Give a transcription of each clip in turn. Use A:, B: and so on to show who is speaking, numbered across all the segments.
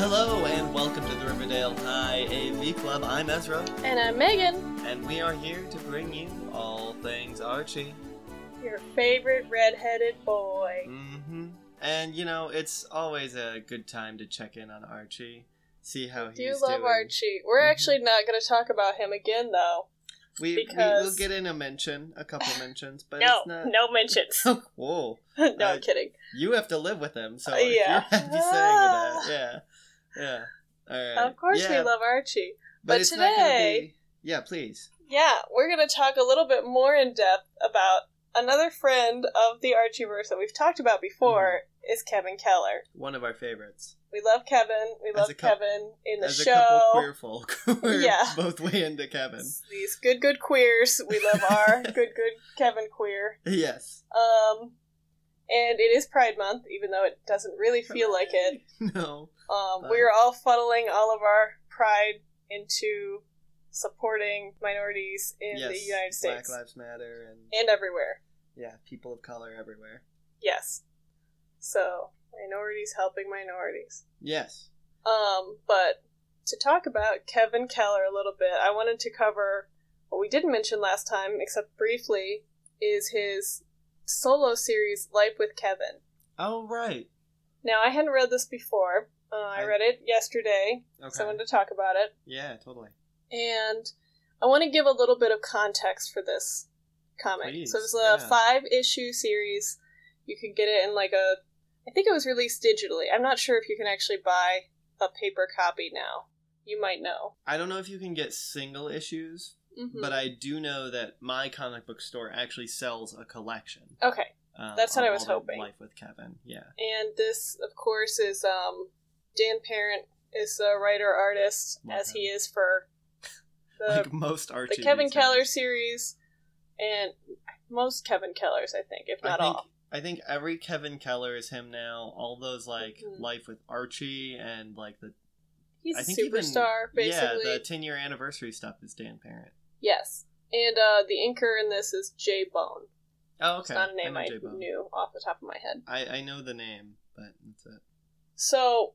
A: Hello and welcome to the Riverdale IAV Club. I'm Ezra,
B: And I'm Megan,
A: and we are here to bring you all things Archie.
B: your favorite redheaded boy.
A: Mm-hmm. And you know, it's always a good time to check in on Archie, see how he's
B: Do you love
A: doing.
B: Archie? We're
A: Mhm.
B: actually not going to talk about him again, though.
A: We, we will
B: because-
A: get in a mention, a couple mentions, but
B: no,
A: it's not. Oh,
B: no mentions.
A: Whoa,
B: no, I'm
A: Uh,
B: kidding.
A: you have to live with him, so
B: Uh,
A: if
B: yeah.
A: you're happy
B: Ah.
A: saying that, yeah, yeah. All right.
B: Of course,
A: Yeah,
B: we love Archie.
A: but,
B: but
A: it's not gonna
B: today-
A: be- Yeah, please.
B: Yeah, we're going to talk a little bit more in depth about another friend of the Archieverse that we've talked about before.
A: Mm-hmm.
B: Is Kevin Keller.
A: One of our favorites.
B: We love Kevin. We
A: As
B: love
A: a cou-
B: Kevin in the
A: As
B: show.
A: a couple queer folk, we're
B: Yeah.
A: both way into Kevin.
B: These good, good queers. We love our good, good Kevin queer.
A: Yes.
B: Um, and it is Pride Month, even though it doesn't really feel like it.
A: No.
B: Um,
A: But-
B: we're all funneling all of our pride into supporting minorities in
A: yes.
B: the United States
A: Black Lives Matter and
B: and everywhere.
A: yeah, people of color everywhere.
B: Yes. So, minorities helping minorities.
A: Yes.
B: Um, but to talk about Kevin Keller a little bit, I wanted to cover what we didn't mention last time, except briefly, is his solo series, Life with Kevin.
A: Oh right.
B: Now, I hadn't read this before. Uh, I
A: I-
B: read it yesterday.
A: Okay.
B: So I wanted to talk about it.
A: Yeah, totally.
B: And I want to give a little bit of context for this comic.
A: Please,
B: so it was a
A: yeah.
B: five issue series. You could get it in like a. I think it was released digitally. I'm not sure if you can actually buy a paper copy now. You might know.
A: I don't know if you can get single issues,
B: Mm-hmm.
A: but I do know that my comic book store actually sells a collection.
B: okay.
A: Um,
B: That's what
A: of
B: I was
A: all the
B: hoping.
A: Life with Kevin. Yeah.
B: And this, of course, is um, Dan Parent is a writer artist,
A: Love
B: as he
A: him.
B: is for the
A: like most Archie.
B: the Kevin
A: these days.
B: Keller series, and most Kevin Kellers, I think, if
A: I
B: not
A: think,
B: all.
A: I think every Kevin Keller is him now. All those like
B: Mhm.
A: Life with Archie and like the
B: He's
A: I
B: a
A: think even-
B: superstar, basically.
A: yeah the ten year anniversary stuff is Dan Parent.
B: yes, and uh, the inker in this is Jay Bone.
A: Oh
B: It's
A: okay.
B: not a name
A: know
B: I,
A: J-Bone.
B: knew off the top of my head.
A: I, I know the name, but that's it.
B: So,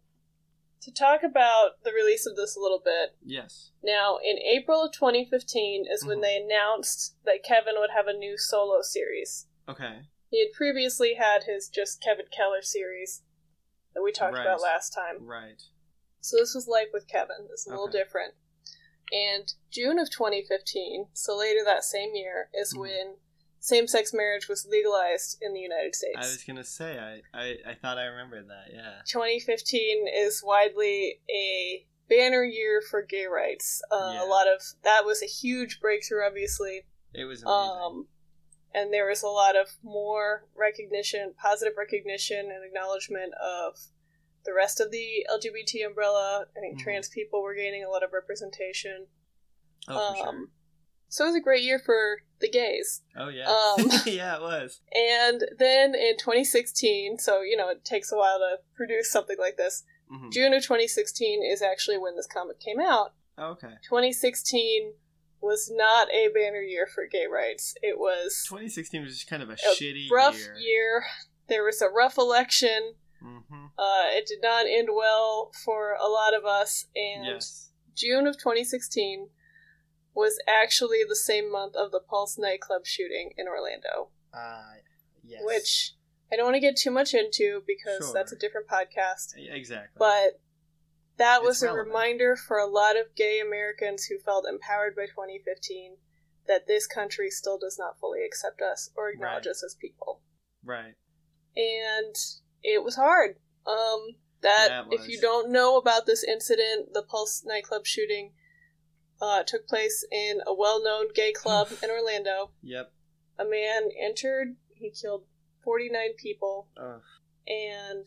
B: to talk about the release of this a little bit.
A: Yes.
B: Now, in April of 2015 is when
A: Mhm.
B: they announced that Kevin would have a new solo series.
A: Okay.
B: He had previously had his just Kevin Keller series that we talked about
A: Right.
B: last time.
A: Right.
B: So this was Life with Kevin. It's a little
A: Okay.
B: different. And June of 2015, so later that same year, is
A: Mhm.
B: when same sex marriage was legalized in the United States.
A: I was gonna say I, I I thought I remembered that. Yeah.
B: 2015 is widely a banner year for gay rights. Uh,
A: Yeah.
B: A lot of that was a huge breakthrough, obviously.
A: It was amazing.
B: Um, and there was a lot of more recognition, positive recognition, and acknowledgement of the rest of the LGBT umbrella. I think
A: Mhm.
B: trans people were gaining a lot of representation.
A: oh for
B: um, So it was a great year for the gays.
A: sure. Oh yeah.
B: um,
A: yeah, it was.
B: And then in 2016, so you know it takes a while to produce something like this.
A: Mhm.
B: June of 2016 is actually when this comic came out.
A: Oh, okay.
B: 2016 was not a banner year for gay rights. It was
A: 2016 was just kind of a,
B: a
A: shitty
B: rough
A: year.
B: year. There was a rough election.
A: hmm
B: Uh, it did not end well for a lot of us. And
A: Yes.
B: June of 2016 was actually the same month of the Pulse nightclub shooting in Orlando,
A: Uh, yes.
B: which I don't want to get too much into because
A: Sure.
B: that's a different podcast.
A: E- exactly.
B: But that
A: It's
B: was a
A: relevant.
B: reminder for a lot of gay Americans who felt empowered by 2015 that this country still does not fully accept us or acknowledge
A: Right.
B: us as people.
A: right.
B: and it was hard. Um, that
A: Yeah, it
B: if
A: was.
B: you don't know about this incident, the Pulse nightclub shooting uh, took place in a well-known gay club in Orlando.
A: Yep.
B: A man entered, he killed 49 people,
A: Oh,
B: and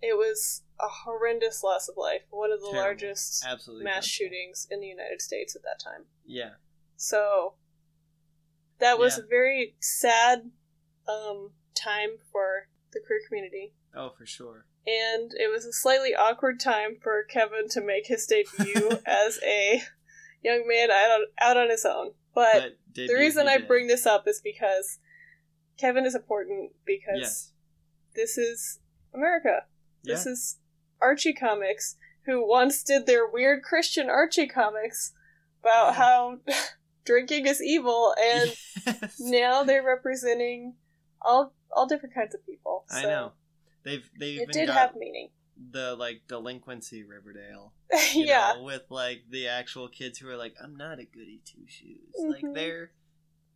B: it was a horrendous loss of life. One of the
A: Terrible.
B: largest
A: absolutely.
B: mass
A: dreadful.
B: shootings in the United States at that time.
A: Yeah.
B: So that was
A: Yeah.
B: a very sad um, time for the queer community
A: Oh, for sure.
B: and it was a slightly awkward time for Kevin to make his debut as a young man out on, out on his own. But,
A: did
B: the
A: you-
B: reason
A: you
B: I
A: did.
B: bring this up is because Kevin is important because
A: yes.
B: this is America.
A: Yeah.
B: This is Archie Comics. who once did their weird Christian Archie comics about how drinking is evil, and now they're representing all all different kinds of people.
A: I
B: So
A: know. They've they've
B: It
A: even
B: did
A: got
B: have meaning.
A: the like delinquency Riverdale. you
B: yeah.
A: know, with like the actual kids who are like, I'm not a goody two shoes.
B: Mhm.
A: Like they're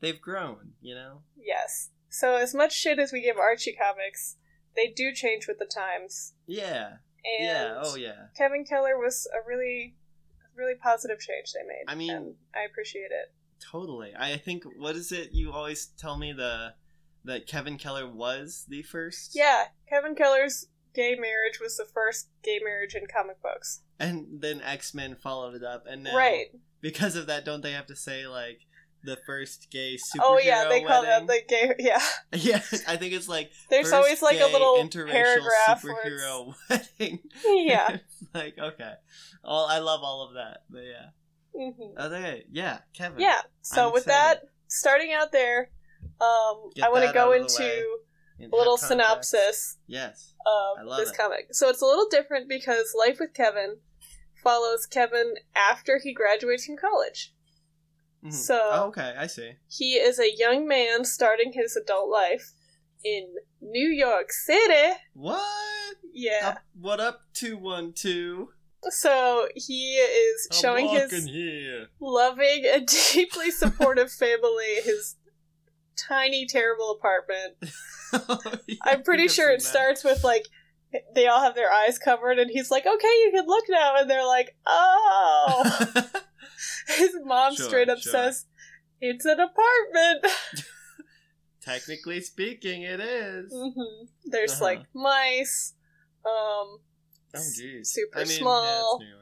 A: they've grown, you know.
B: Yes. So as much shit as we give Archie comics, they do change with the times.
A: Yeah,
B: And
A: yeah, oh yeah.
B: Kevin Keller was a really, really positive change they made.
A: I mean-
B: and I appreciate it.
A: Totally. I think what is it you always tell me the that Kevin Keller was the first?
B: Yeah, Kevin Keller's gay marriage was the first gay marriage in comic books.
A: And then X Men followed it up and now
B: Right.
A: because of that don't they have to say like the first gay superhero
B: Oh yeah, they call that
A: wedding?
B: the gay. Yeah,
A: Yeah, I think it's like
B: there's
A: first
B: always like a
A: gay
B: little
A: interracial
B: paragraph. Where it's,
A: superhero wedding.
B: yeah.
A: It's like okay, all I love all of that, but yeah.
B: hmm
A: Okay, yeah, Kevin.
B: Yeah. So
A: I'm
B: with that,
A: excited.
B: starting out there, um,
A: Get
B: I want to
A: that
B: go
A: out of the way.
B: into
A: And
B: a little
A: have context.
B: synopsis
A: Yes. I
B: of
A: love
B: um, this
A: it.
B: comic. So it's a little different because Life with Kevin follows Kevin after he graduates from college.
A: Mhm.
B: So
A: Oh, okay, I see.
B: he is a young man starting his adult life in New York City.
A: What?
B: Yeah.
A: Up, what up? Two one two.
B: So he is
A: Oh. I'm
B: showing his
A: walking here.
B: loving and deeply supportive family his tiny terrible apartment.
A: Yeah,
B: I'm
A: I
B: pretty
A: think I've
B: sure it
A: seen that.
B: starts with like they all have their eyes covered and he's like, "Okay, you can look now." And they're like, "Oh." His mom
A: Sure,
B: straight up
A: sure.
B: says, "It's an apartment."
A: Technically speaking, it is. Oh
B: Mhm. There's
A: Uh-huh.
B: like mice. Um,
A: jeez.
B: Super
A: Oh, I mean, yeah, it's
B: small.
A: New York.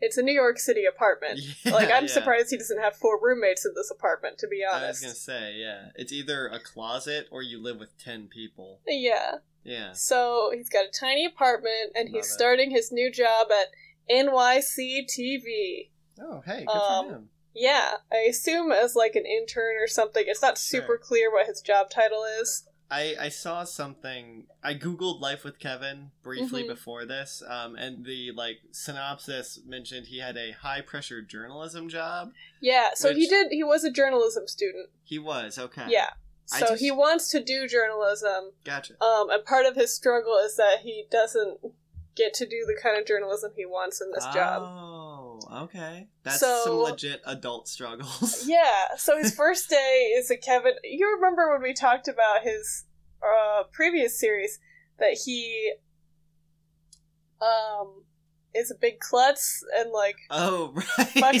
B: it's a New York City apartment.
A: Yeah,
B: like I'm
A: yeah.
B: surprised he doesn't have four roommates in this apartment. To be
A: I was
B: honest.
A: gonna say, yeah, it's either a closet or you live with ten people.
B: Yeah.
A: Yeah.
B: So he's got a tiny apartment, and
A: Love
B: he's
A: it.
B: starting his new job at NYC TV.
A: Oh, hey, good
B: Um,
A: for him.
B: Yeah, I assume as like an intern or something. It's not super
A: Sure.
B: clear what his job title is.
A: I, I saw something. I googled Life with Kevin briefly
B: Mhm.
A: before this, um, and the like synopsis mentioned he had a high pressure journalism job.
B: Yeah, so he
A: Which-
B: did. He was a journalism student.
A: He was okay.
B: Yeah.
A: I
B: So
A: just-
B: he wants to do journalism,
A: gotcha.
B: um, and part of his struggle is that he doesn't get to do the kind of journalism he wants in this job.
A: Oh, okay. That's
B: So-
A: some legit adult struggles.
B: Yeah. So his first day is a Kevin. You remember when we talked about his uh, previous series that he um is a big klutz and like
A: Oh, right.
B: fucks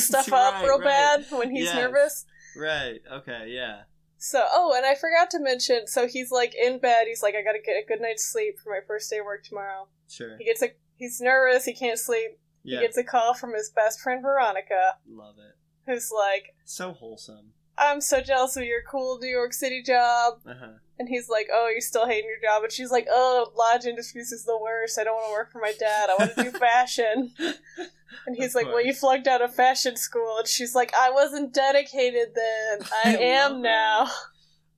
B: stuff up
A: right,
B: real
A: right,
B: bad when he's
A: Yes.
B: nervous.
A: Right. Okay. Yeah.
B: So, oh, and I forgot to mention. So he's like in bed. He's like, I gotta get a good night's sleep for my first day of work tomorrow.
A: Sure.
B: He gets a. He's nervous. He can't sleep.
A: Yeah.
B: He gets a call from his best friend Veronica,
A: Love it.
B: who's like,
A: So wholesome.
B: "I'm so jealous of your cool New York City job."
A: Uh huh.
B: And he's like, "Oh, you're still hating your job?" And she's like, "Oh, lodge industries is the worst. I don't want to work for my dad. I want to do fashion." And
A: Of
B: he's like, "Well, you
A: course.
B: flunked out of fashion school." And she's like, "I wasn't dedicated then. I,
A: I
B: am
A: love
B: now."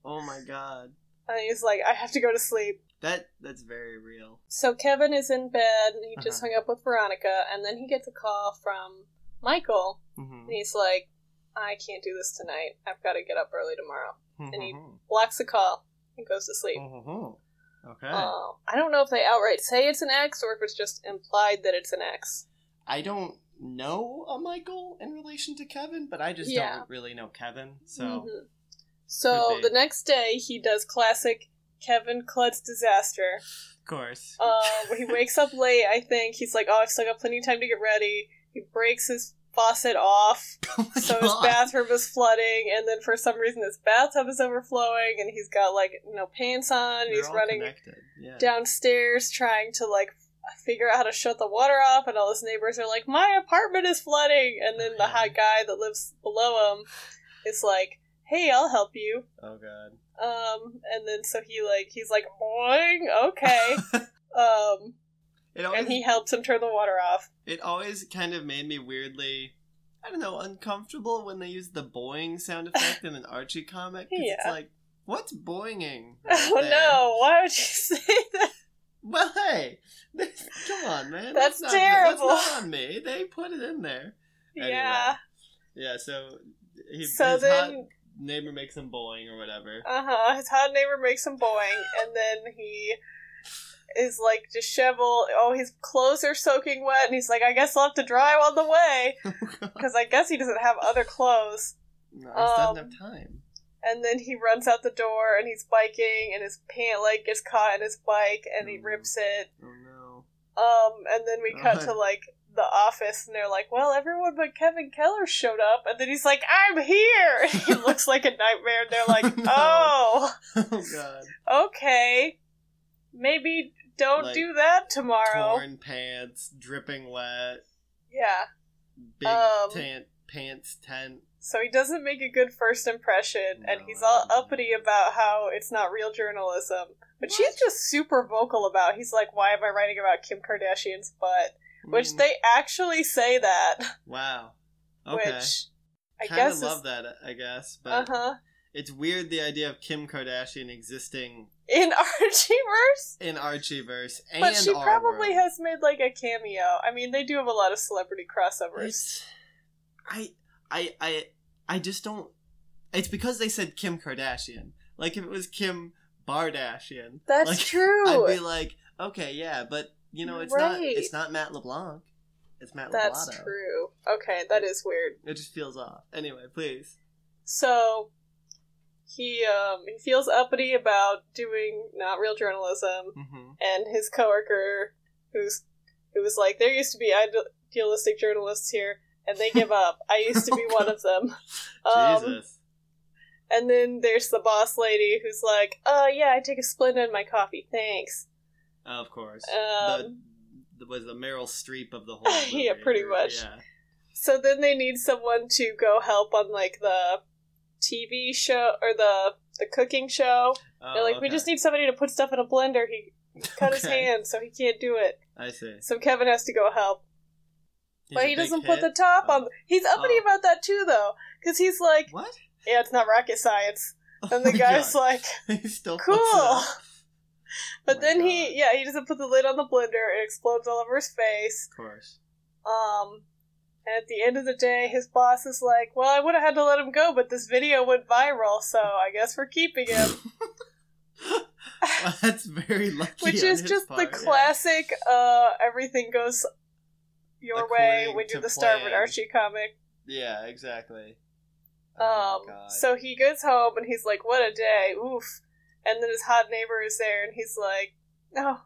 A: Oh my god.
B: And he's like, "I have to go to sleep."
A: That that's very real.
B: So Kevin is in bed and he just
A: Uh-huh.
B: hung up with Veronica and then he gets a call from Michael
A: Mm-hmm.
B: and he's like, I can't do this tonight. I've got to get up early tomorrow. and he-
A: Mhm.
B: Blocks the call and goes to sleep.
A: Mhm. Okay.
B: Um, I don't know if they outright say it's an ex or if it's just implied that it's an ex.
A: I don't know a Michael in relation to Kevin, but I just
B: Yeah.
A: don't really know Kevin. So
B: Mhm. So
A: Could be.
B: the next day he does classic Kevin Klutz disaster.
A: of course.
B: Um, he wakes up late, I think. He's like, oh, I've still got plenty of time to get ready. He breaks his faucet off.
A: Oh my
B: So his
A: God.
B: bathroom is flooding, and then for some reason his bathtub is overflowing, and he's got like no pants on. and
A: They're
B: He's
A: all
B: running
A: connected. Yeah.
B: downstairs trying to like figure out how to shut the water off, and all his neighbors are like, "My apartment is flooding," and then the
A: Okay.
B: hot guy that lives below him is like, "Hey, I'll help you."
A: oh god.
B: Um, and then so he like he's like, "Boing, okay." um,
A: it always
B: and he helps him turn the water off.
A: it always kind of made me weirdly I don't know, uncomfortable when they use the boing sound effect in an Archie comic. 'cause It's
B: Yeah.
A: like, what's boinging? right
B: Oh
A: there?
B: no! Why would you say that?
A: Well, hey, this, come on, man.
B: That's
A: not,
B: terrible.
A: That's not on me. They put it in there. Anyway.
B: Yeah.
A: Yeah. So, he,
B: so
A: his
B: then,
A: hot neighbor makes him bowling or whatever.
B: Uh huh. His hot neighbor makes him boing, and then he is like disheveled. Oh, his clothes are soaking wet, and he's like, I guess I'll have to dry on the way. Because I guess he doesn't have other clothes.
A: No, he just
B: Um,
A: doesn't have time.
B: And then he runs out the door, and he's biking, and his pant leg gets caught in his bike, and he
A: Mhm.
B: rips it.
A: Oh no.
B: Um, and then we cut to
A: Uh-huh.
B: like the office, and they're like, "Well, everyone but Kevin Keller showed up," and then he's like, "I'm here." And he looks like a nightmare, and they're like,
A: No.
B: "Oh."
A: Oh god.
B: okay, maybe don't
A: Like,
B: do that tomorrow.
A: Torn pants, dripping wet,
B: Yeah.
A: big
B: Um,
A: tent, pants tent.
B: So he doesn't make a good first impression, and
A: No,
B: he's all
A: I-
B: uppity about how it's not real journalism. But
A: What?
B: she's just super vocal about. He's like, "Why am I writing about Kim Kardashian's butt?" Which
A: Mm,
B: they actually say that.
A: Wow. Okay.
B: Which I
A: Kinda
B: guess
A: love
B: is
A: that. I guess, but
B: uh huh
A: it's weird the idea of Kim Kardashian existing
B: in Archieverse.
A: in Archieverse and
B: But she
A: our
B: probably
A: world.
B: has made like a cameo. I mean, they do have a lot of celebrity crossovers.
A: It's- I I I I just don't. It's because they said Kim Kardashian. Like if it was Kim Bardashian,
B: That's
A: like,
B: true.
A: I'd be like, okay, yeah, but you know, it's not.
B: Right.
A: It's not Matt LeBlanc. It's Matt
B: That's
A: LaBlato.
B: true. Okay, that is weird.
A: It just feels off. Anyway, please.
B: So he um, he feels uppity about doing not real journalism,
A: hmm
B: and his coworker, who's who was like, there used to be idealistic journalists here, and they give up. I used to be one of them. Um,
A: Jesus.
B: and then there's the boss lady who's like, uh, yeah, I take a Splenda in my coffee, thanks.
A: Of course.
B: Um,
A: the, the, was the Meryl Streep of the whole. Movie.
B: Yeah, pretty much.
A: Yeah.
B: So then they need someone to go help on like the TV show or the the cooking show.
A: Oh,
B: They're like, we
A: okay.
B: just need somebody to put stuff in a blender. He cut his
A: Okay.
B: hand, so he can't do it.
A: I see.
B: So Kevin has to go help.
A: He's a
B: but he
A: big
B: doesn't
A: hit.
B: put the top on. He's uppity
A: Oh.
B: about that too, though, because he's like,
A: What?
B: yeah, it's not rocket science. And the
A: Oh my
B: guy's
A: God.
B: like,
A: He still puts it
B: cool.
A: up.
B: But
A: Oh my
B: then he,
A: God.
B: yeah, he doesn't put the lid on the blender. It explodes all over his face.
A: Of course.
B: Um, and at the end of the day, his boss is like, well, I would have had to let him go, but this video went viral, so I guess we're keeping him.
A: Well, that's very lucky.
B: which
A: on
B: is
A: his
B: just the
A: part, yeah.
B: classic uh everything goes your way
A: According
B: when you're
A: to
B: the star of an
A: plan.
B: Archie comic.
A: Yeah, exactly. Oh
B: Um
A: my God.
B: so he goes home and he's like, What a day, oof. And then his hot neighbor is there and he's like, No.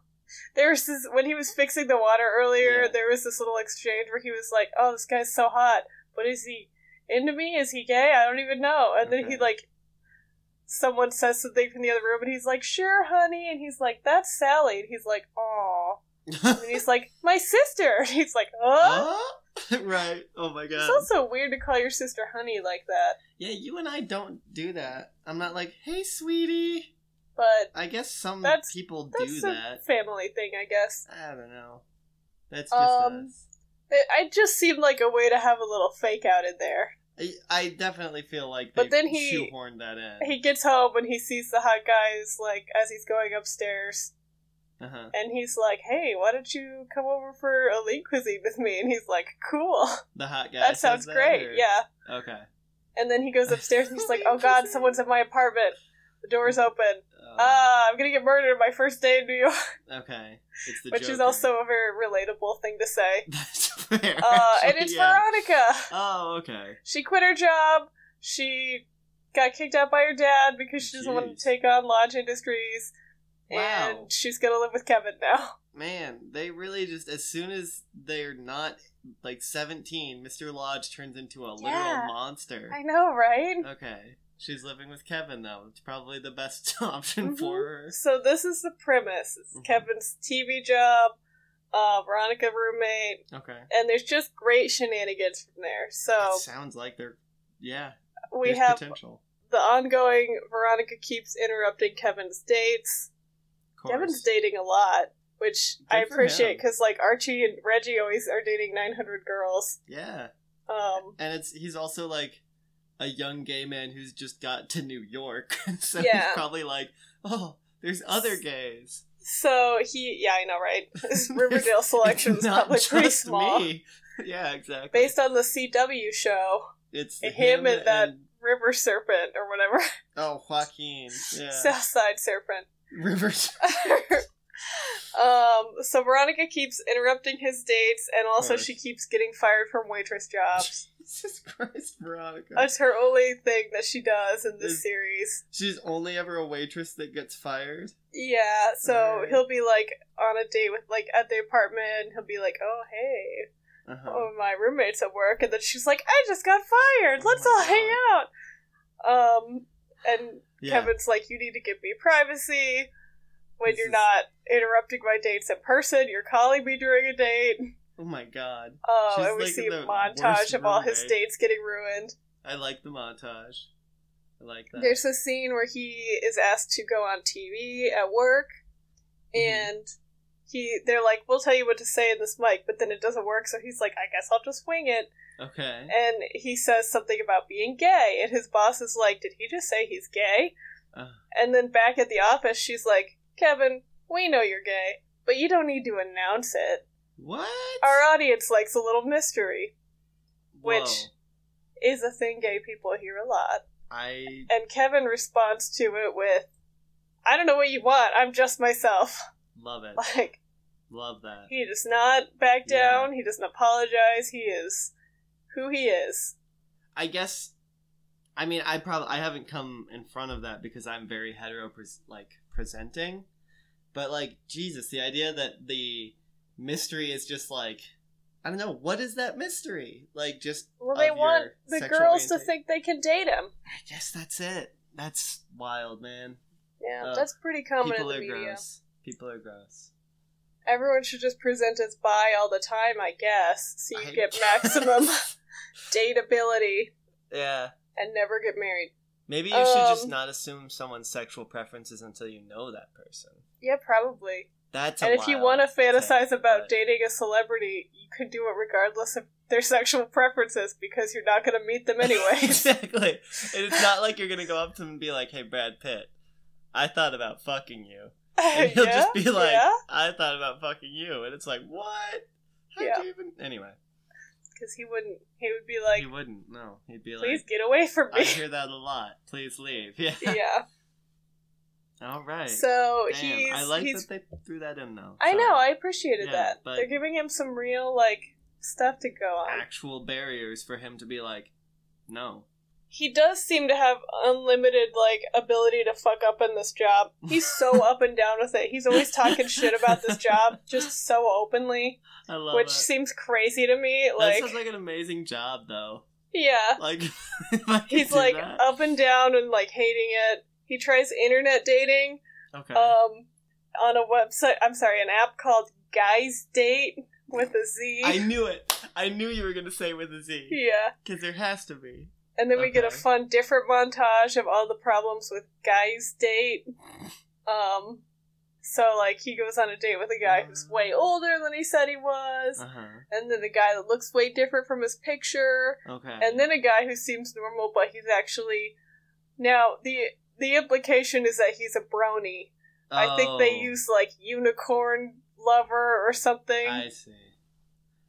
B: There was this when he was fixing the water earlier,
A: Yeah.
B: there was this little exchange where he was like, Oh, this guy's so hot. But is he into me? Is he gay? I don't even know. And then he
A: Okay.
B: like someone says something from the other room and he's like, Sure, honey and he's like, That's Sally and he's like, Aw. And he's like, my sister. And he's like, oh.
A: Huh? right. Oh my
B: It's
A: god.
B: also weird to call your sister honey like that.
A: Yeah, you and I don't do that. I'm not like, hey, sweetie.
B: But
A: I guess some
B: That's-
A: people do
B: that's a
A: that.
B: family thing, I guess.
A: I I don't know. That's just
B: Um,
A: us.
B: It, it just seemed like a way to have a little fake out in there.
A: I, I definitely feel like they
B: But then he-
A: shoehorned that in.
B: He gets home and he sees the hot guys, like, as he's going upstairs.
A: uh-huh.
B: And he's like, hey, why don't you come over for a lean cuisine with me? And he's like, cool.
A: The hot guy.
B: That
A: says
B: sounds
A: that,
B: great.
A: or-
B: Yeah.
A: Okay.
B: And then he goes upstairs and he's like, oh, God, someone's in my apartment. The door's open.
A: Um,
B: Ah, I'm going to get murdered my first day in New York.
A: okay. It's the
B: which is
A: Joker.
B: also a very relatable thing to say.
A: That's fair.
B: Uh, and
A: actually,
B: it's
A: yeah.
B: Veronica.
A: Oh, okay.
B: She quit her job. She got kicked out by her dad because she doesn't want
A: Jeez.
B: to take on Lodge Industries,
A: Wow.
B: and she's gonna live with Kevin now.
A: Man, they really just as soon as they're not like 17, Mr. Lodge turns into a literal
B: Yeah.
A: monster.
B: I know, right?
A: Uh-huh. Okay. She's living with Kevin though. It's probably the best option
B: Mm-hmm.
A: for her.
B: So this is the premise: it's
A: Mhm.
B: Kevin's TV job, uh, Veronica roommate,
A: Okay.
B: and there's just great shenanigans from there. So
A: It sounds like they're yeah,
B: we
A: there's
B: have
A: potential.
B: the ongoing Veronica keeps interrupting Kevin's dates.
A: Of course.
B: Kevin's dating a lot, which
A: Good
B: I
A: for
B: appreciate
A: him.
B: because like Archie and Reggie always are dating 900 girls.
A: Yeah.
B: Um,
A: And it's he's also like a young gay man who's just got to New York. so
B: Yeah.
A: he's probably like, "Oh, there's other gays."
B: So he, yeah, I know, right? His Riverdale selection is probably pretty small.
A: Yeah, exactly.
B: Based on the CW show,
A: it's
B: him and that- River Serpent or whatever,
A: oh Joaquin, yeah,
B: Southside Serpent.
A: Rivers.
B: um, so Veronica keeps interrupting his dates, and also
A: Right.
B: she keeps getting fired from waitress jobs. Uh,
A: Jesus Christ, Veronica.
B: That's her only thing that she does in this
A: Is-
B: series.
A: She's only ever a waitress that gets fired.
B: Yeah, so
A: Alright.
B: he'll be like on a date with like at the apartment. and He'll be like, "Oh hey,
A: Uh-huh.
B: oh my roommate's at work," and then she's like, "I just got fired.
A: Oh
B: Let's
A: my
B: all hang out." Um, and
A: yeah,
B: Kevin's like, "You need to give me privacy when
A: This
B: you're
A: is-
B: not interrupting my dates in person. You're calling me during a date."
A: oh my god,
B: Oh,
A: She's
B: and we
A: like
B: see a
A: the
B: montage
A: worst
B: of all his
A: roommate.
B: dates getting ruined.
A: I like the montage. I like that.
B: There's a scene where he is asked to go on TV at work,
A: Mhm.
B: and he they're like, "We'll tell you what to say in this mic," but then it doesn't work, so he's like, "I guess I'll just wing it."
A: okay.
B: And he says something about being gay, and his boss is like, "Did he just say he's gay?"
A: Uh.
B: And then back at the office, she's like, "Kevin, we know you're gay, but you don't need to announce it.
A: What?
B: Our audience likes a little mystery."
A: Whoa.
B: which- Is a thing gay people hear a lot.
A: I
B: And Kevin responds to it with, I don't know what you want, I'm just myself.
A: love it.
B: Like,
A: Love that.
B: he does not back
A: Yeah.
B: down, he doesn't apologize, he is who he is.
A: I guess. I mean, I probably I haven't come in front of that because I'm very hetero pres- like presenting, but like Jesus, the idea that the mystery is just like I don't know what is that mystery like just
B: Well, they
A: of
B: want
A: your
B: the
A: sexual
B: girls to
A: orientation.
B: think they can date him.
A: I guess that's it. That's wild, man.
B: Yeah,
A: Ugh.
B: that's pretty common in
A: People
B: the
A: are
B: media.
A: gross. People are gross.
B: Everyone should just present as bi all the time, I guess, so you
A: I-
B: get maximum dateability
A: yeah.
B: and never get married.
A: Maybe you should just
B: Um,
A: not assume someone's sexual preferences until you know that person.
B: Yeah, probably.
A: That's a
B: and if you
A: wild
B: want to
A: take,
B: fantasize about
A: but-
B: dating a celebrity, you can do it regardless of their sexual preferences because you're not going to meet them anyway.
A: exactly. And it's not like you're gonna go up to him and be like, "Hey, Brad Pitt, I thought about fucking you," and he'll just be like, "I thought about fucking you," and it's like, "What? How
B: Yeah.
A: do you even?" Anyway,
B: because he wouldn't. He would be like,
A: he wouldn't. No, he'd be
B: "Please
A: like,
B: get away from
A: "I
B: me."
A: hear that a lot. Please leave." Yeah.
B: yeah.
A: All right.
B: So
A: Damn,
B: he's.
A: I like
B: he's
A: that they threw that in though.
B: I know. I
A: Sorry.
B: appreciated
A: Yeah,
B: that.
A: but-
B: They're giving him some real like stuff to go on.
A: actual barriers for him to be like, "No."
B: He does seem to have unlimited like ability to fuck up in this job. He's so up and down with it. He's always talking shit about this job just so openly.
A: I love
B: which
A: it.
B: seems crazy to me.
A: that
B: Like,
A: sounds like an amazing job, though.
B: yeah,
A: Like, if I could
B: he's
A: do
B: like
A: that.
B: up and down and like hating it. He tries internet dating
A: okay,
B: um on a website. I'm sorry, an app called Guys Date with a Z.
A: I knew it. I knew you were gonna say with a Z.
B: yeah,
A: Because there has to be.
B: and then we get a
A: Okay.
B: fun different montage of all the problems with Guys Date. Um. So like he goes on a date with a guy who's way older than he said he was,
A: Uh huh.
B: and then a guy that looks way different from his picture,
A: Okay.
B: and then a guy who seems normal but he's actually now the the implication is that he's a brony i think they
A: Oh,
B: use like unicorn lover or something
A: I see.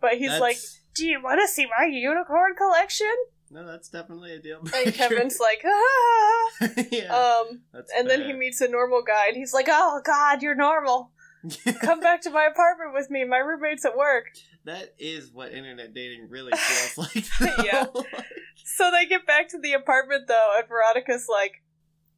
B: but he's like
A: That's-
B: do you want to see my unicorn collection
A: No, that's definitely a deal breaker.
B: and kevin's like ah.
A: yeah.
B: um
A: that's
B: and then he meets a normal guy and he's like oh god you're normal
A: he.
B: come back to my apartment with me my roommate's at work
A: that is what internet dating really feels like.
B: Yeah.
A: though.
B: So they get back to the apartment though, and Veronica's like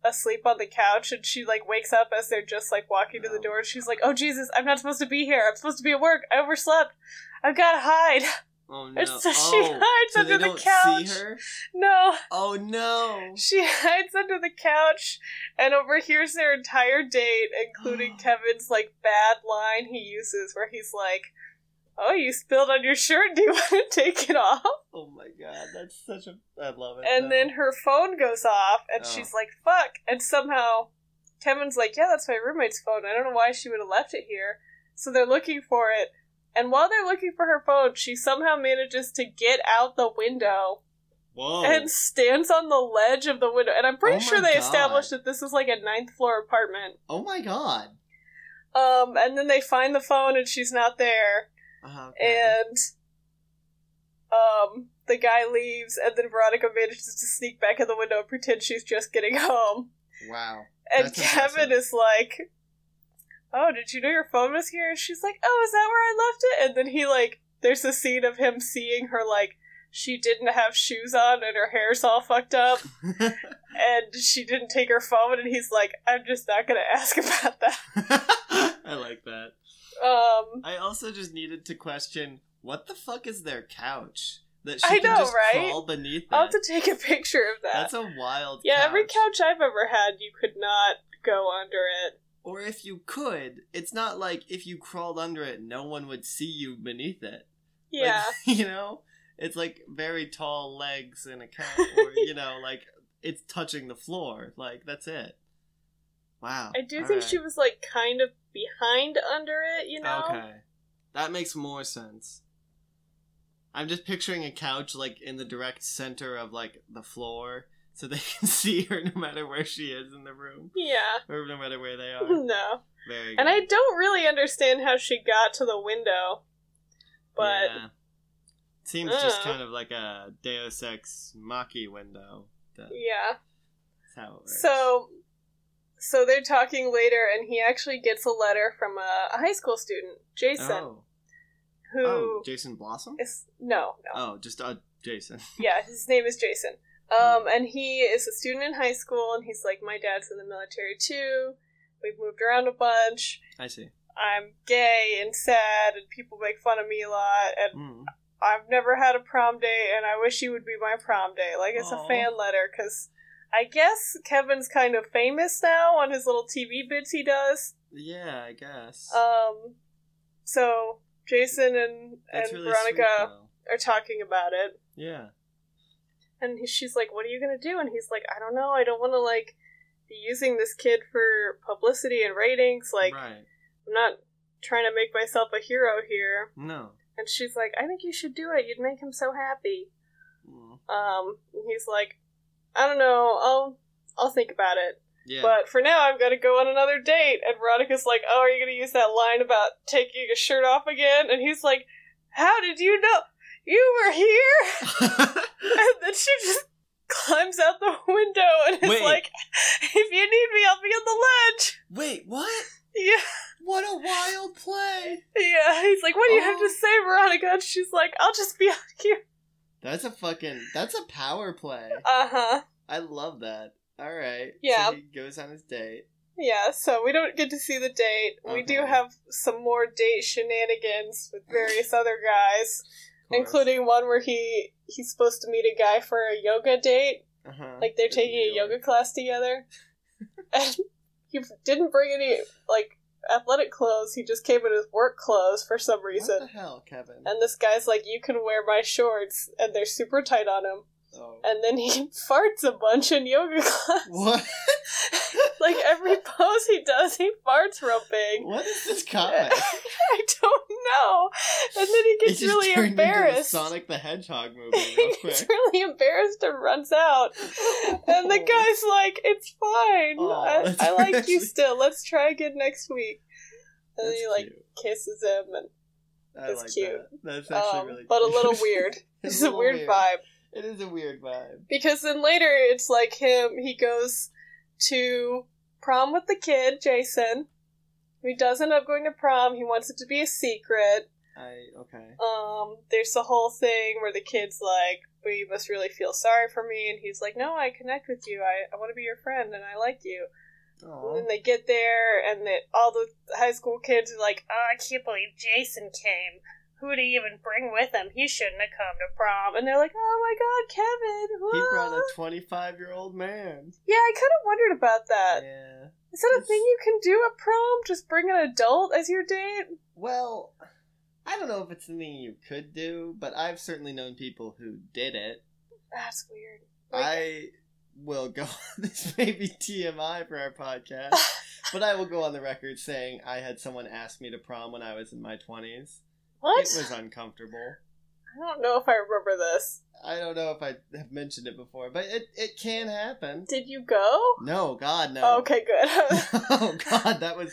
B: asleep on the couch, and she like wakes up as they're just like walking to the
A: Oh.
B: door, and she's like, "Oh Jesus, I'm not supposed to be here. I'm supposed to be at work. I overslept. I've gotta hide."
A: Oh no.
B: And so she
A: oh,
B: hides
A: so
B: under
A: they
B: the
A: don't
B: couch.
A: See her?
B: No,
A: Oh no.
B: she hides under the couch and overhears their entire date, including Kevin's like bad line he uses, where he's like. Oh, you spilled on your shirt. Do you want to take it off?
A: Oh my god, that's such a. I love it.
B: And
A: though.
B: then her phone goes off, and
A: Oh.
B: she's like, fuck. And somehow Kevin's like, yeah, that's my roommate's phone. I don't know why she would have left it here. So they're looking for it. And while they're looking for her phone, she somehow manages to get out the window
A: Whoa.
B: and stands on the ledge of the window. And I'm pretty
A: Oh. Oh
B: sure
A: my
B: they
A: God.
B: established that this is like a ninth floor apartment.
A: oh my god.
B: Um, and then they find the phone and she's not there.
A: Oh, okay.
B: And um, the guy leaves, and then Veronica manages to sneak back in the window and pretend she's just getting home.
A: wow.
B: And
A: That's
B: Kevin
A: impressive.
B: is like, "Oh, did you know your phone was here?" And she's like, "Oh, is that where I left it?" And then he like, there's a scene of him seeing her like she didn't have shoes on and her hair's all fucked up, and she didn't take her phone, and he's like, "I'm just not gonna ask about that."
A: I like that.
B: Um,
A: I also just needed to question what the fuck is their couch that
B: I
A: she can
B: know,
A: just
B: right?
A: crawl beneath.
B: I'll have
A: it?
B: to take a picture of that.
A: That's a wild.
B: yeah,
A: couch.
B: every couch I've ever had, you could not go under it.
A: Or if you could, it's not like if you crawled under it, no one would see you beneath it. Like,
B: Yeah.
A: you know? It's like very tall legs in a couch, or, you know, like it's touching the floor. Like, that's it. Wow.
B: I do think she was like kind of behind under it, you know?
A: Okay. That makes more sense. I'm just picturing a couch, like, in the direct center of, like, the floor, so they can see her no matter where she is in the room,
B: Yeah.
A: or no matter where they are.
B: no.
A: Very good.
B: And I don't really understand how she got to the window. But
A: Yeah. seems just
B: Uh.
A: kind of like a Deus Ex Maki window. That-
B: yeah.
A: That's how it works.
B: So so they're talking later and he actually gets a letter from a, a high school student, Jason,
A: oh,
B: who is
A: oh, Jason Blossom.
B: no, no.
A: Oh, just uh, Jason.
B: yeah, his name is Jason. Um, and he is a student in high school, and he's like, my dad's in the military too. We've moved around a bunch.
A: I see.
B: I'm gay and sad, and people make fun of me a lot. And
A: Mm.
B: I've never had a prom day, and I wish you would be my prom day. Like it's
A: Aw.
B: a fan letter, because I guess Kevin's kind of famous now on his little TV bits he does.
A: Yeah, I guess.
B: Um, so Jason and
A: That's
B: and
A: really sweet,
B: Veronica
A: though.
B: are talking about it.
A: yeah.
B: And he- she's like, "What are you gonna do?" And he's like, "I don't know. I don't want to like be using this kid for publicity and ratings. Like,
A: right.
B: I'm not trying to make myself a hero here."
A: No.
B: And she's like, "I think you should do it. You'd make him so happy."
A: Mm.
B: Um, and he's like, "I don't know. I'll I'll think about it.
A: Yeah.
B: But for now, I'm gonna go on another date." And Veronica's like, "Oh, are you gonna use that line about taking your shirt off again?" And he's like, "How did you know you were here?" And then she just climbs out the window and is
A: Wait.
B: like, if you need me, I'll be on the ledge.
A: Wait, what?
B: Yeah.
A: What a wild play!
B: Yeah. He's like, what do you have
A: Oh.
B: to say, Veronica? And she's like, I'll just be out here.
A: That's a fucking. That's a power play.
B: Uh huh.
A: I love that. All right.
B: Yeah.
A: So he goes on his date.
B: Yeah, so we don't get to see the date. We do
A: Okay.
B: have some more date shenanigans with various other guys,
A: of course.
B: including one where he he's supposed to meet a guy for a yoga date.
A: Uh-huh.
B: Like they're
A: Good
B: taking a
A: Lord.
B: yoga class together. and he didn't bring any like athletic clothes. He just came in his work clothes for some
A: What the
B: reason.
A: hell, Kevin?
B: And this guy's like, "You can wear my shorts," and they're super tight on him.
A: oh.
B: And then he farts a bunch in yoga class.
A: What?
B: like every pose he does, he farts real big.
A: What is this comic?
B: I don't know. And then he
A: It
B: gets
A: just
B: really
A: turned into the
B: embarrassed.
A: Sonic the Hedgehog movie, real
B: He
A: quick.
B: gets really embarrassed and runs out. And the guy's like, "It's fine.
A: Oh. Aw,
B: I,
A: that's
B: I like you
A: actually-
B: still. Let's try again next week." And
A: That's
B: then he like
A: cute.
B: kisses him, and
A: I
B: it's
A: like
B: cute.
A: that. That's actually
B: um,
A: really.
B: but a
A: cute.
B: little weird.
A: It's
B: it's a
A: little
B: weird, vibe
A: It is a weird vibe.
B: because then later it's like him. He goes to prom with the kid Jason. He does end up going to prom. He wants it to be a secret.
A: I okay.
B: Um, there's the whole thing where the kid's like, "But you must really feel sorry for me," and he's like, "No, I connect with you. I, I want to be your friend, and I like you." And
A: Aw.
B: then they get there, and that all the high school kids are like, "Oh, I can't believe Jason came. Who did he even bring with him? He shouldn't have come to prom." And they're like, "Oh my God, Kevin!
A: He brought
B: whoa."
A: a twenty-five-year-old man.
B: yeah, I kind of wondered about that.
A: Yeah.
B: Is that a
A: it's-
B: thing you can do at prom? Just bring an adult as your date?
A: Well, I don't know if it's something you could do, but I've certainly known people who did it.
B: That's weird.
A: I will go. this may be TMI for our podcast, but I will go on the record saying I had someone ask me to prom when I was in my twenties.
B: What?
A: It was uncomfortable.
B: I don't know if I remember this.
A: I don't know if I have mentioned it before, but it, it can happen.
B: Did you go?
A: No, God, no.
B: Oh, Okay, good.
A: oh God, that was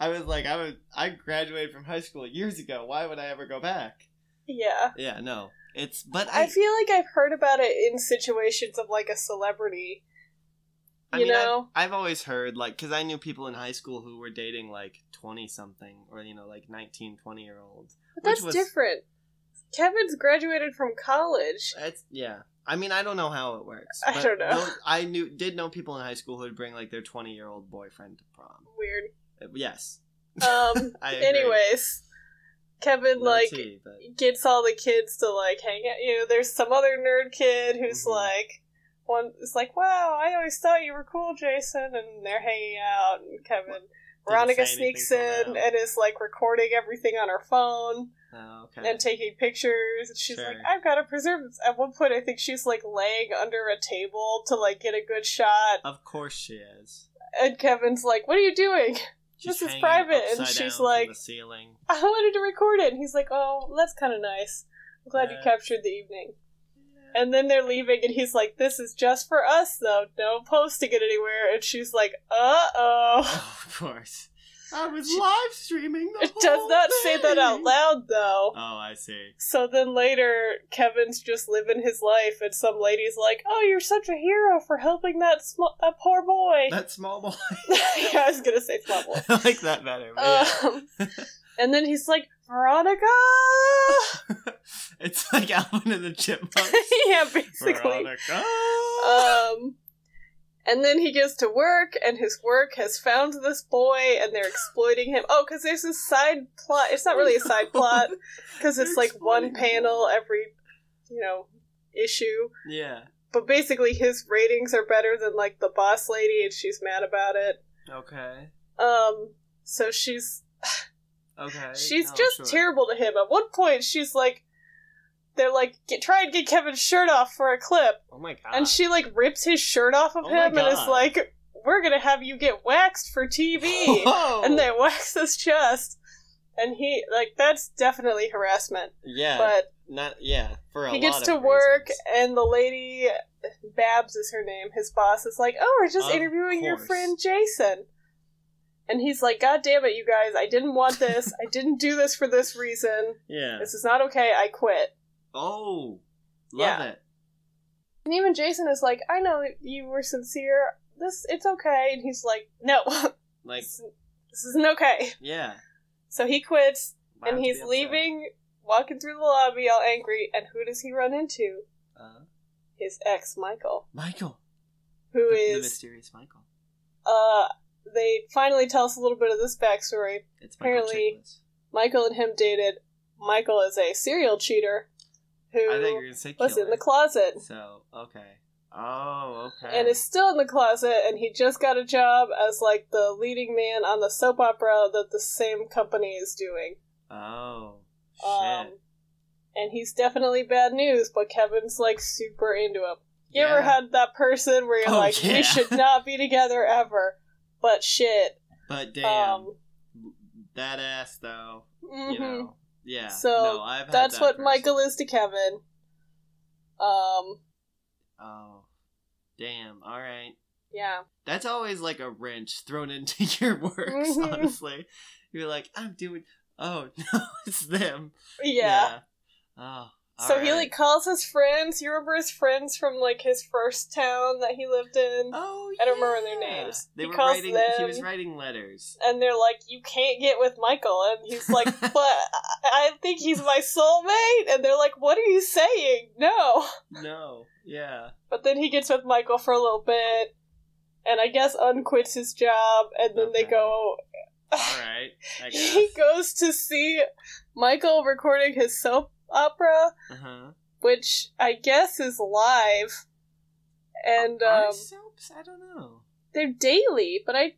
A: I was like, I was I graduated from high school years ago. Why would I ever go back?
B: Yeah.
A: Yeah, no. It's but I,
B: I feel like I've heard about it in situations of like a celebrity.
A: I
B: you
A: mean, I've-
B: know?
A: I've always heard like because I knew people in high school who were dating like twenty something or you know like 19, 20 year olds.
B: But that's
A: which was-
B: different. Kevin's graduated from college.
A: It's yeah. I mean, I don't know how it works.
B: I
A: but
B: don't know.
A: tho- I knew did know people in high school who would bring like their twenty year old boyfriend to prom.
B: Weird.
A: Uh, Yes.
B: Um
A: I agree.
B: anyways. Kevin
A: No
B: like
A: tea, but
B: gets all the kids to like hang out. You know, there's some other nerd kid who's
A: Mhm.
B: like, one is like, "Wow, I always thought you were cool, Jason," and they're hanging out. And Kevin, Veronica
A: say anything
B: sneaks
A: till
B: in
A: now.
B: and is like recording everything on her phone
A: oh, okay.
B: and taking pictures. And she's
A: Sure.
B: like, "I've got to preserve this." At one point, I think she's like laying under a table to like get a good shot,
A: of course she is.
B: and Kevin's like, "What are you doing?
A: She's
B: This is
A: hanging
B: private, and
A: upside
B: she's
A: down from
B: like-
A: the ceiling.
B: I wanted to record it." And he's like, "Oh, that's kind of nice. I'm glad you
A: Yeah.
B: captured the evening." And then they're leaving, and he's like, "This is just for us, though. No posting it anywhere." And she's like, "Uh oh."
A: Oh, of course. I was
B: She-
A: live streaming the
B: It does
A: whole
B: not say that out
A: thing.
B: loud, though.
A: Oh, I see.
B: So then later, Kevin's just living his life, and some lady's like, "Oh, you're such a hero for helping that sm- that poor boy."
A: That small boy.
B: yeah, I was gonna say small boy.
A: I like that better. but yeah.
B: Um, and then he's like, "Veronica." Uh.
A: it's like Alvin and the Chipmunks.
B: yeah, basically.
A: Veronica.
B: Um, and then he gets to work, and his work has found this boy, and they're exploiting him. Oh, because there's this side plot. It's not really a side plot because it's
A: They're
B: like one
A: exploiting the
B: panel
A: boy.
B: every, you know, issue.
A: yeah.
B: But basically, his ratings are better than like the boss lady, and she's mad about it.
A: Okay.
B: Um, so she's
A: Okay.
B: she's
A: No,
B: just
A: sure.
B: terrible to him. At one point, she's like. They're like, get, try and get Kevin's shirt off for a clip.
A: Oh my god.
B: And she like rips his shirt off of
A: Oh my
B: him and is
A: God.
B: like, "We're gonna have you get waxed for TV."
A: Whoa!
B: and they wax his chest, and he like that's definitely harassment.
A: yeah,
B: But
A: not yeah. For a
B: he gets
A: lot
B: to
A: of
B: work,
A: reasons.
B: and the lady Babs is her name. His boss is like, "Oh, we're just
A: Of
B: interviewing your
A: course.
B: friend Jason." And he's like, "God damn it, you guys! I didn't want this. I didn't do this for this reason.
A: Yeah.
B: This is not okay. I quit."
A: Oh, love
B: Yeah.
A: it.
B: And even Jason is like, I know you were sincere. This it's okay. And he's like, No,
A: Like
B: this, this isn't okay.
A: yeah.
B: So he quits
A: Wow, to
B: and
A: be
B: he's
A: upset.
B: leaving, walking through the lobby all angry. And who does he run into?
A: Uh,
B: His ex, Michael,
A: Michael,
B: who
A: the,
B: is
A: the mysterious Michael.
B: uh, they finally tell us a little bit of this backstory.
A: It's Michael
B: apparently-
A: Chiklis.
B: Michael and him dated. Michael is a serial cheater
A: I think
B: who
A: you're gonna say
B: was in
A: killer.
B: the closet.
A: So okay. Oh, okay.
B: and is still in the closet and he just got a job as like the leading man on the soap opera that the same company is doing
A: oh shit.
B: um and he's definitely bad news but kevin's like super into him you ever
A: Yeah.
B: had that person where you're
A: Oh,
B: like
A: yeah.
B: we should not be together ever but shit
A: But damn,
B: um
A: that ass though.
B: mhm.
A: You know. Yeah.
B: So,
A: no, I've had
B: that's
A: that
B: what
A: person.
B: michael is to kevin um
A: Oh, damn. All right.
B: yeah
A: That's always like a wrench thrown into your works.
B: Mhm.
A: Honestly, you're like, I'm doing. Oh no, it's them.
B: yeah,
A: Oh.
B: so he
A: alright.
B: like calls his friends you remember his friends from like his first town that he lived in
A: Oh.
B: I don't remember their
A: yeah.
B: names.
A: They
B: He
A: were
B: calls
A: writing. He
B: them-
A: was writing letters.
B: and they're like, "You can't get with Michael," and he's like, "But I I think he's my soulmate," and they're like, "What are you saying? No."
A: No. Yeah.
B: But then he gets with Michael for a little bit, and I guess unquits his job, and then they
A: Okay.
B: go.
A: All right. I guess.
B: he goes to see Michael recording his soap opera,
A: Uh huh.
B: which I guess is live, and
A: Oh,
B: um,
A: soaps? I don't know.
B: they're daily. But I I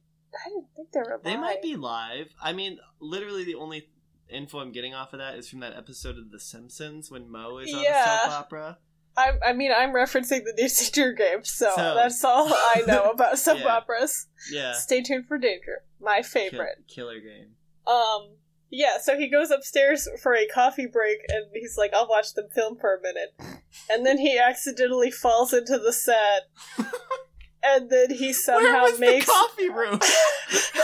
B: didn't think they were live.
A: They might be live. I mean, literally the only info I'm getting off of that is from that episode of The Simpsons when Mo is on a
B: Yeah.
A: soap opera.
B: I, I mean, I'm referencing the New Danger game, so,
A: So.
B: that's all I know about soap
A: Yeah.
B: operas.
A: Yeah.
B: Stay tuned for Danger, my
A: Kill-
B: favorite.
A: killer game.
B: Um, yeah, so he goes upstairs for a coffee break, and he's like, "I'll watch them film for a minute," and then he accidentally falls into the set, and then he somehow
A: Where was
B: makes
A: the coffee room?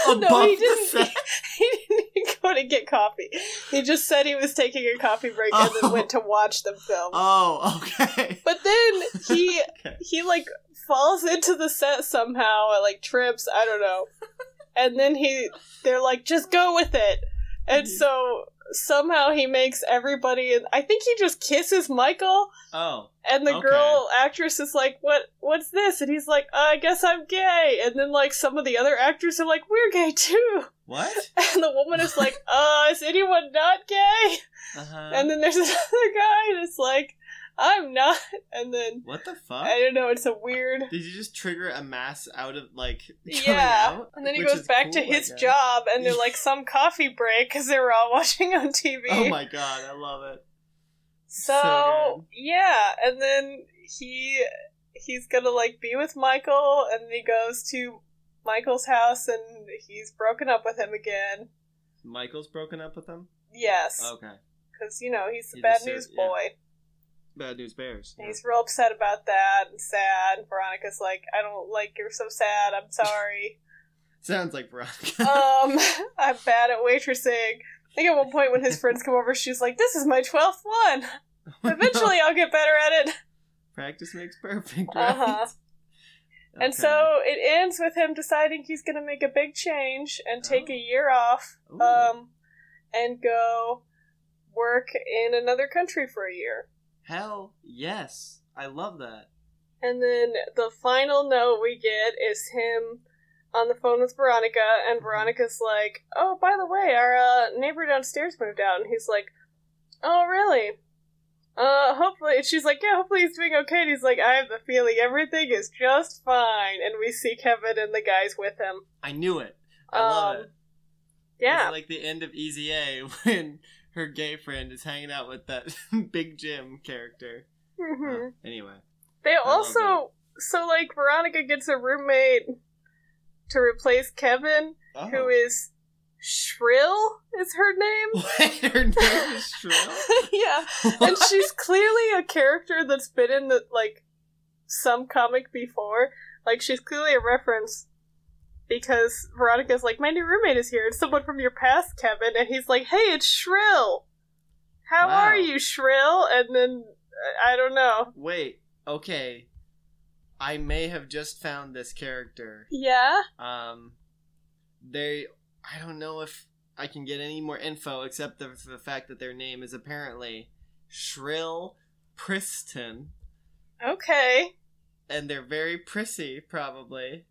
B: Oh, no, he
A: Above the
B: didn't.
A: set?
B: he didn't go to get coffee. He just said he was taking a coffee break and
A: Oh.
B: then went to watch the film.
A: Oh, okay.
B: But then he
A: Okay.
B: he like falls into the set somehow or like trips, I don't know. And then he they're like just go with it. And
A: Mm-hmm.
B: so somehow he makes everybody and I think he just kisses Michael
A: Oh,
B: and the
A: Okay.
B: girl actress is like, "What? What's this?" And he's like, "Uh, "I guess I'm gay." And then like some of the other actors are like, "We're gay too."
A: what?
B: And the woman is like, "Uh, is anyone not gay?"
A: Uh-huh.
B: And then there's this other guy that's like, "I'm not." And then
A: what the
B: I
A: fuck?
B: don't know. It's a weird.
A: Did you just trigger a mass out of like? coming
B: Yeah,
A: out?
B: and then he
A: Which
B: goes
A: is
B: back to
A: cool, I
B: his
A: guess.
B: job, and they're like some coffee break because they were all watching on TV.
A: Oh my god, I love it.
B: So,
A: So good.
B: yeah, and then he he's gonna like be with Michael, and he goes to Michael's house, and he's broken up with him again.
A: Michael's broken up with them.
B: Yes,
A: Okay.
B: because you know he's the
A: Oh. He
B: bad news
A: deserves- yeah.
B: boy.
A: Bad news bears.
B: And He's real upset about that and sad. And Veronica's like, "I don't like you're so sad. I'm sorry.
A: Sounds like Veronica.
B: um, I'm bad at waitressing." I think at one point when his friends come over, she's like, "This is my twelfth one. Eventually, I'll get better at it."
A: Practice makes perfect, right?
B: Uh-huh. And
A: Okay.
B: so it ends with him deciding he's going to make a big change and take
A: Oh.
B: a year off
A: Ooh.
B: um, and go work in another country for a year.
A: hell yes, I love that.
B: And then the final note we get is him on the phone with Veronica, and Veronica's like, Oh, by the way, our uh, neighbor downstairs moved out. And he's like, Oh, really? Uh, hopefully, and she's like, Yeah, hopefully he's doing okay. And he's like, I have the feeling everything is just fine. And we see Kevin and the guys with him.
A: I knew it. I love
B: Um,
A: it.
B: Yeah.
A: It's like the end of Easy A when her gay friend is hanging out with that Big Jim character. Uh,
B: hmm
A: anyway,
B: They
A: love
B: also so like Veronica gets a roommate to replace Kevin,
A: oh.
B: who is Shrill is her name.
A: Wait, her name is Shrill.
B: yeah, and she's clearly a character that's been in the like some comic before. Like she's clearly a reference because Veronica's like, "My new roommate is here. It's someone from your past, Kevin," and he's like, "Hey, it's Shrill. How
A: Wow.
B: are you, Shrill?" And then uh, I I don't know.
A: Wait, okay. I may have just found this character.
B: Yeah.
A: Um, they, I don't know if I can get any more info except the, for the fact that their name is apparently Shrill Priston,
B: Okay.
A: and they're very prissy, probably.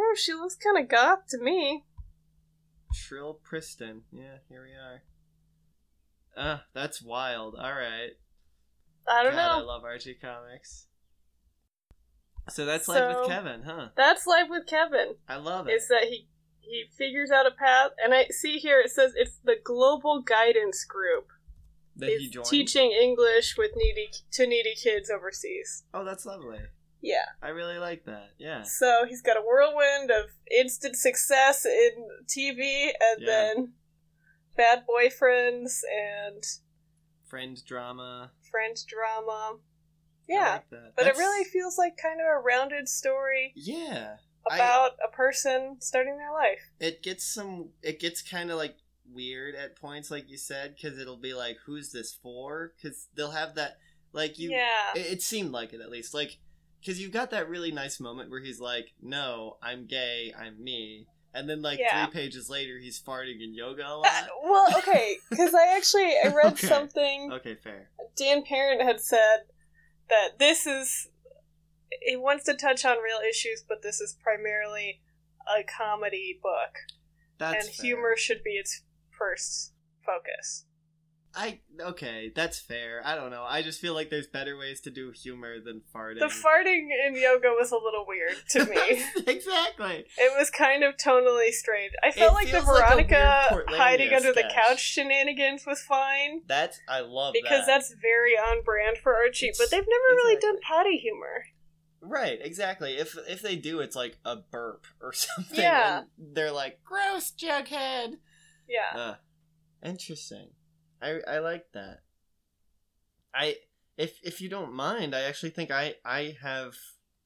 B: Oh, she looks kind of goth to me.
A: Shrill Priston. Yeah, here we are. Uh, that's wild. All right.
B: I don't
A: God, I
B: know.
A: love Archie comics. So that's life
B: So-
A: with Kevin, huh?
B: That's life with Kevin.
A: I love it.
B: Is that he he figures out a path, and I see here it says it's the Global Guidance Group.
A: That
B: It's
A: he joined.
B: teaching English with needy to needy kids overseas.
A: Oh, that's lovely.
B: Yeah.
A: I really like that. Yeah.
B: So he's got a whirlwind of instant success in TV, and
A: Yeah.
B: then bad boyfriends and
A: Friend drama.
B: French drama.
A: I
B: Yeah,
A: like that.
B: but
A: That's-
B: it really feels like kind of a rounded story.
A: Yeah. I-
B: about a person starting their life.
A: It gets some. It gets kind of like weird at points, like you said, because it'll be like, who's this for? Because they'll have that. Like, you.
B: yeah.
A: It, it seemed like it, at least. Like, because you've got that really nice moment where he's like, no, I'm gay, I'm me. And then, like,
B: Yeah.
A: three pages later, he's farting in yoga a
B: Uh,
A: lot.
B: well, okay, because I actually I read
A: Okay.
B: something
A: Okay, fair.
B: Dan Parent had said that this is it wants to touch on real issues, but this is primarily a comedy book,
A: That's
B: and
A: fair.
B: humor should be its first focus.
A: I okay, that's fair. I don't know. I just feel like there's better ways to do humor than farting.
B: The farting in yoga was a little weird to me.
A: exactly.
B: It was kind of tonally strange. I felt
A: It
B: like the
A: feels like a weird
B: Veronica
A: Portlandia
B: hiding under the
A: sketch.
B: couch shenanigans was fine.
A: That's I love that.
B: because that's very on brand for Archie. but
A: It's-
B: they've never really done
A: exactly.
B: potty humor.
A: right, exactly. If if they do, it's like a burp or something.
B: Yeah.
A: and they're like gross jughead.
B: Yeah,
A: Uh, interesting. I I like that. I if if you don't mind, I actually think I I have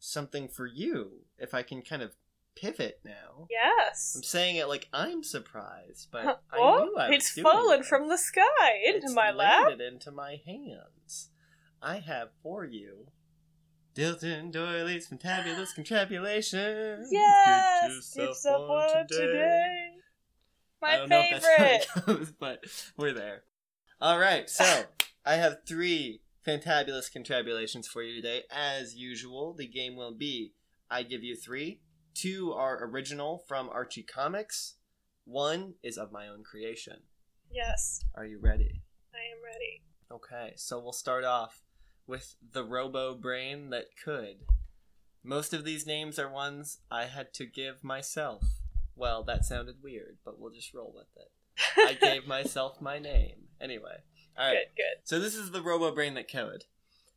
A: something for you if I can kind of pivot now.
B: Yes.
A: I'm saying it like I'm surprised, but
B: Huh,
A: I knew
B: Well,
A: I was
B: it's
A: doing
B: Oh, fallen
A: this.
B: from the sky into
A: It's
B: my lap.
A: landed into my hands. I have for you Dilton Doyley's Fantabulous Contrabulation.
B: Yes, give yourself one today.
A: I
B: My
A: don't know if
B: favorite.
A: that's how it goes, but we're there. All right, so I have three fantabulous contrabulations for you today. As usual, the game will be I give you three. Two are original from Archie Comics. One is of my own creation.
B: Yes,
A: Are you ready?
B: I am ready.
A: Okay, so we'll start off with the robo brain that could. Most of these names are ones I had to give myself. Well, that sounded weird, but we'll just roll with it. I gave myself my name. Anyway, all right.
B: Good, good.
A: So this is the robo brain that could.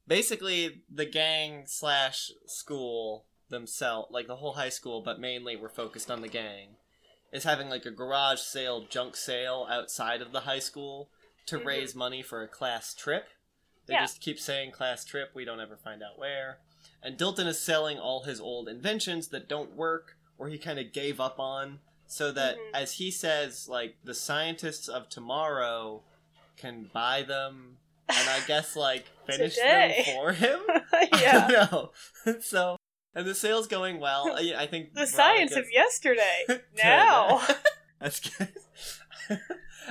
A: Basically, the gang slash school themselves, like the whole high school, but mainly we're focused on the gang, is having like a garage sale, junk sale outside of the high school to
B: Mhm.
A: raise money for a class trip. They
B: Yeah.
A: just keep saying class trip, we don't ever find out where. And Dilton is selling all his old inventions that don't work or he kind of gave up on so that
B: Mhm.
A: as he says like the scientists of tomorrow can buy them and I guess like finish
B: Today.
A: them for him.
B: yeah.
A: I don't know. so and the sales going well. I, I think
B: The science of
A: Veronica's-
B: yesterday.
A: Dude,
B: Now.
A: That's good.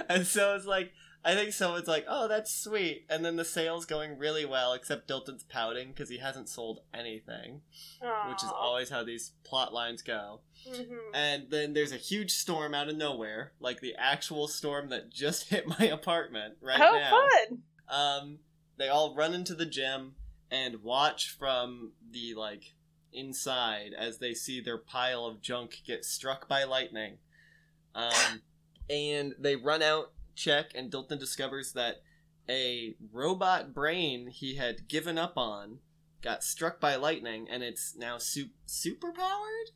A: and so it's like I think someone's like, "Oh, that's sweet," and then the sales going really well, except Dilton's pouting because he hasn't sold anything, which is always how these plot lines go.
B: Mhm.
A: And then there's a huge storm out of nowhere, like the actual storm that just hit my apartment right
B: How
A: now.
B: fun!
A: Um, they all run into the gym and watch from the like inside as they see their pile of junk get struck by lightning. Um, and they run out, check, and Dilton discovers that a robot brain he had given up on got struck by lightning, and it's now su- super powered,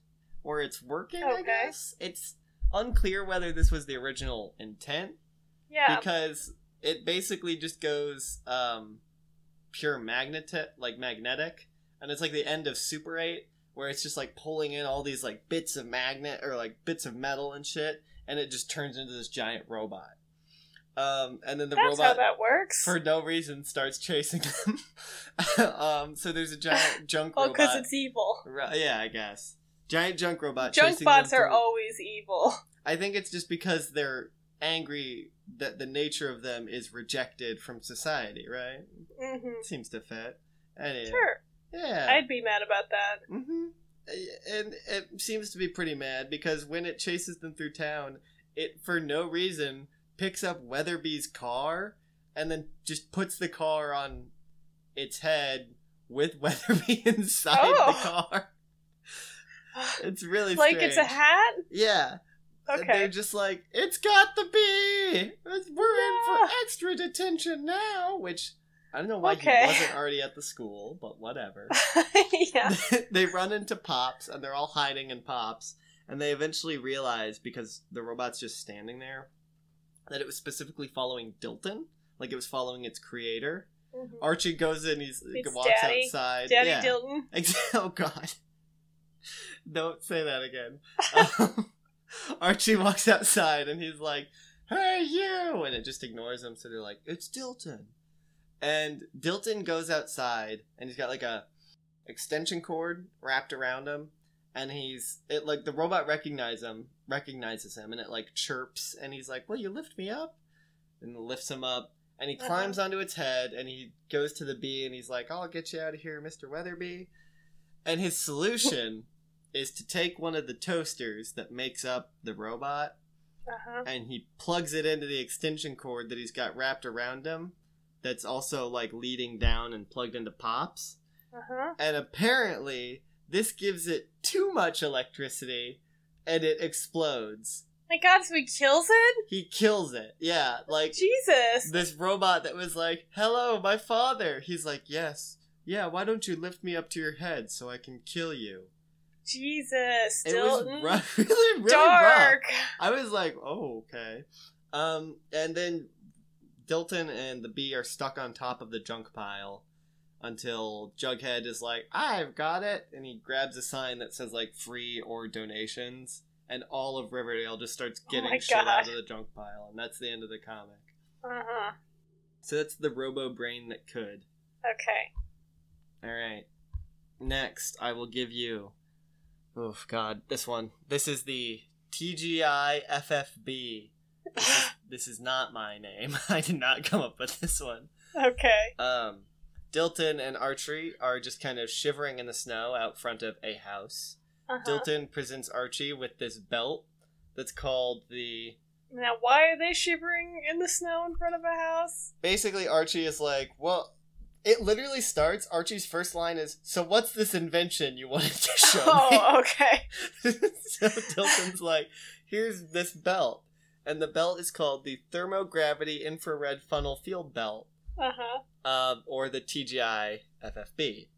A: or it's working. I
B: Okay.
A: guess it's unclear whether this was the original intent
B: Yeah.
A: because it basically just goes um, pure magnetic, like magnetic, and it's like the end of Super Eight, where it's just like pulling in all these like bits of magnet or like bits of metal and shit, and it just turns into this giant robot. Um, and then the
B: That's how
A: robot
B: that works.
A: for no reason starts chasing them. um, so there's a giant junk
B: well, because
A: robot.
B: it's evil.
A: Ro- yeah, I guess giant junk robot.
B: Junk
A: chasing them
B: bots are
A: through-
B: always evil.
A: I think it's just because they're angry that the nature of them is rejected from society, right?
B: hmm
A: Seems to fit. Anyway,
B: Sure.
A: Yeah.
B: I'd be mad about that.
A: hmm And it seems to be pretty mad because when it chases them through town, it for no reason picks up Weatherby's car and then just puts the car on its head with Weatherby inside
B: Oh.
A: the car. It's really
B: like it's a
A: strange.
B: hat?
A: Yeah. And They're
B: Okay.
A: just like, it's got the bee. We're in
B: No.
A: for extra detention now. Which I don't know why
B: Okay.
A: he wasn't already at the school, but whatever.
B: yeah.
A: they run into Pops, and they're all hiding in Pops, and they eventually realize because the robot's just standing there that it was specifically following Dilton, like it was following its creator.
B: Mhm.
A: Archie goes in, he's
B: It's
A: walks
B: Daddy.
A: outside.
B: Daddy
A: yeah.
B: Dilton.
A: Ex- Oh God! Don't say that again. Um, Archie walks outside and he's like, "Hey, you!" and it just ignores him. So they're like, "It's Dilton," and Dilton goes outside and he's got like a extension cord wrapped around him, and he's it like the robot recognize him recognizes him and it like chirps and he's like, "Will you lift me up?" and lifts him up and he
B: Uh-huh.
A: climbs onto its head and he goes to the bee and he's like, I'll get you out of here, Mr. Weatherby. And his solution is to take one of the toasters that makes up the robot
B: Uh-huh.
A: and he plugs it into the extension cord that he's got wrapped around him that's also like leading down and plugged into Pops.
B: Uh-huh.
A: And apparently, this gives it too much electricity and it explodes.
B: My god, so he kills it?
A: He kills it. Yeah, like
B: Jesus.
A: this robot that was like, "Hello, my father." He's like, "Yes, yeah. Why don't you lift me up to your head so I can kill you?"
B: Jesus.
A: It was
B: Dilton.
A: rough, really, really rough.
B: Dark.
A: I was like, "Oh, okay." Um, and then Dilton and the bee are stuck on top of the junk pile, until Jughead is like, I've got it. And he grabs a sign that says, like, free or donations. And all of Riverdale just starts
B: Oh
A: getting
B: my
A: shit out
B: God.
A: of the junk pile. And that's the end of the comic.
B: Uh-huh.
A: So that's the robo brain that could.
B: Okay.
A: All right. Next, I will give you. Oh, God. This one. This is the TGI FFB. This is, this is not my name. I did not come up with this one.
B: Okay.
A: Um, Dilton and Archie are just kind of shivering in the snow out front of a house.
B: Uh-huh.
A: Dilton presents Archie with this belt that's called the.
B: Now, why are they shivering in the snow in front of a house?
A: Basically, Archie is like, well, it literally starts. Archie's first line is, "So what's this invention you wanted to show me?"
B: Oh, okay.
A: so Tilton's like, here's this belt. And the belt is called the Thermogravity Infrared Funnel Field Belt,
B: Uh huh.
A: uh, or the TGI FFB.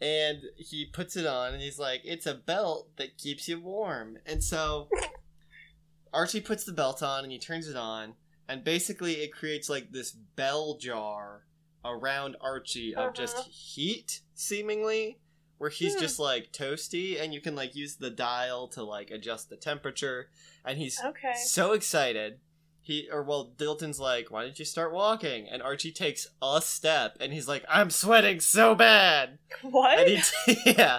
A: And he puts it on and he's like, it's a belt that keeps you warm. And so Archie puts the belt on and he turns it on. And basically, it creates like this bell jar around Archie of just
B: Uh-huh.
A: heat, seemingly where he's
B: Hmm.
A: just like toasty and you can like use the dial to like adjust the temperature and he's
B: Okay.
A: so excited he or well dilton's like why didn't you start walking and archie takes a step and he's like i'm sweating so bad
B: What?
A: and he t- yeah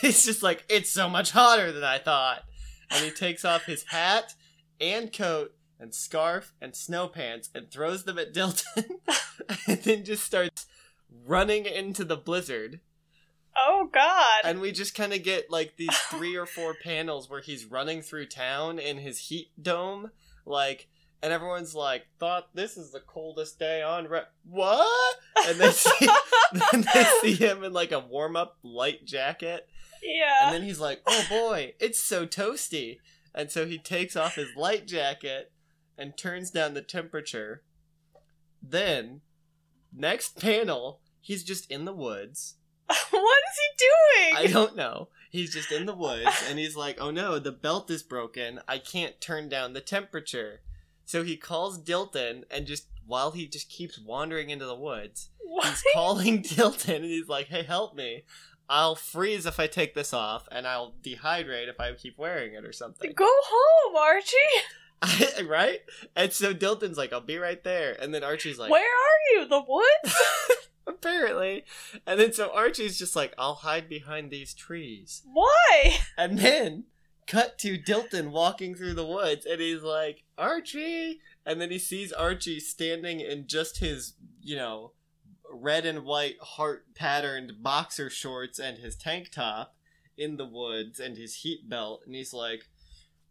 A: he's just like it's so much hotter than i thought and he takes off his hat and coat and scarf and snow pants and throws them at dilton and then just starts running into the blizzard
B: Oh, God.
A: and we just kind of get like these three or four panels where he's running through town in his heat dome like and everyone's like thought this is the coldest day on re- what and they see then they see him in like a warm-up light jacket
B: yeah.
A: and then he's like oh boy it's so toasty and so he takes off his light jacket and turns down the temperature then next panel he's just in the woods
B: what is he doing?
A: I don't know. He's just in the woods and he's like, oh no, the belt is broken. I can't turn down the temperature. So he calls Dilton and just, while he just keeps wandering into the woods,
B: What?
A: he's calling Dilton and he's like, hey, help me. I'll freeze if I take this off and I'll dehydrate if I keep wearing it or something.
B: Go home, Archie.
A: right? And so Dilton's like, I'll be right there. And then Archie's like,
B: Where are you? The woods?
A: apparently. And then so Archie's just like, I'll hide behind these trees.
B: Why?
A: And then cut to Dilton walking through the woods and he's like, Archie! And then he sees Archie standing in just his, you know, red and white heart patterned boxer shorts and his tank top in the woods and his heat belt. And he's like,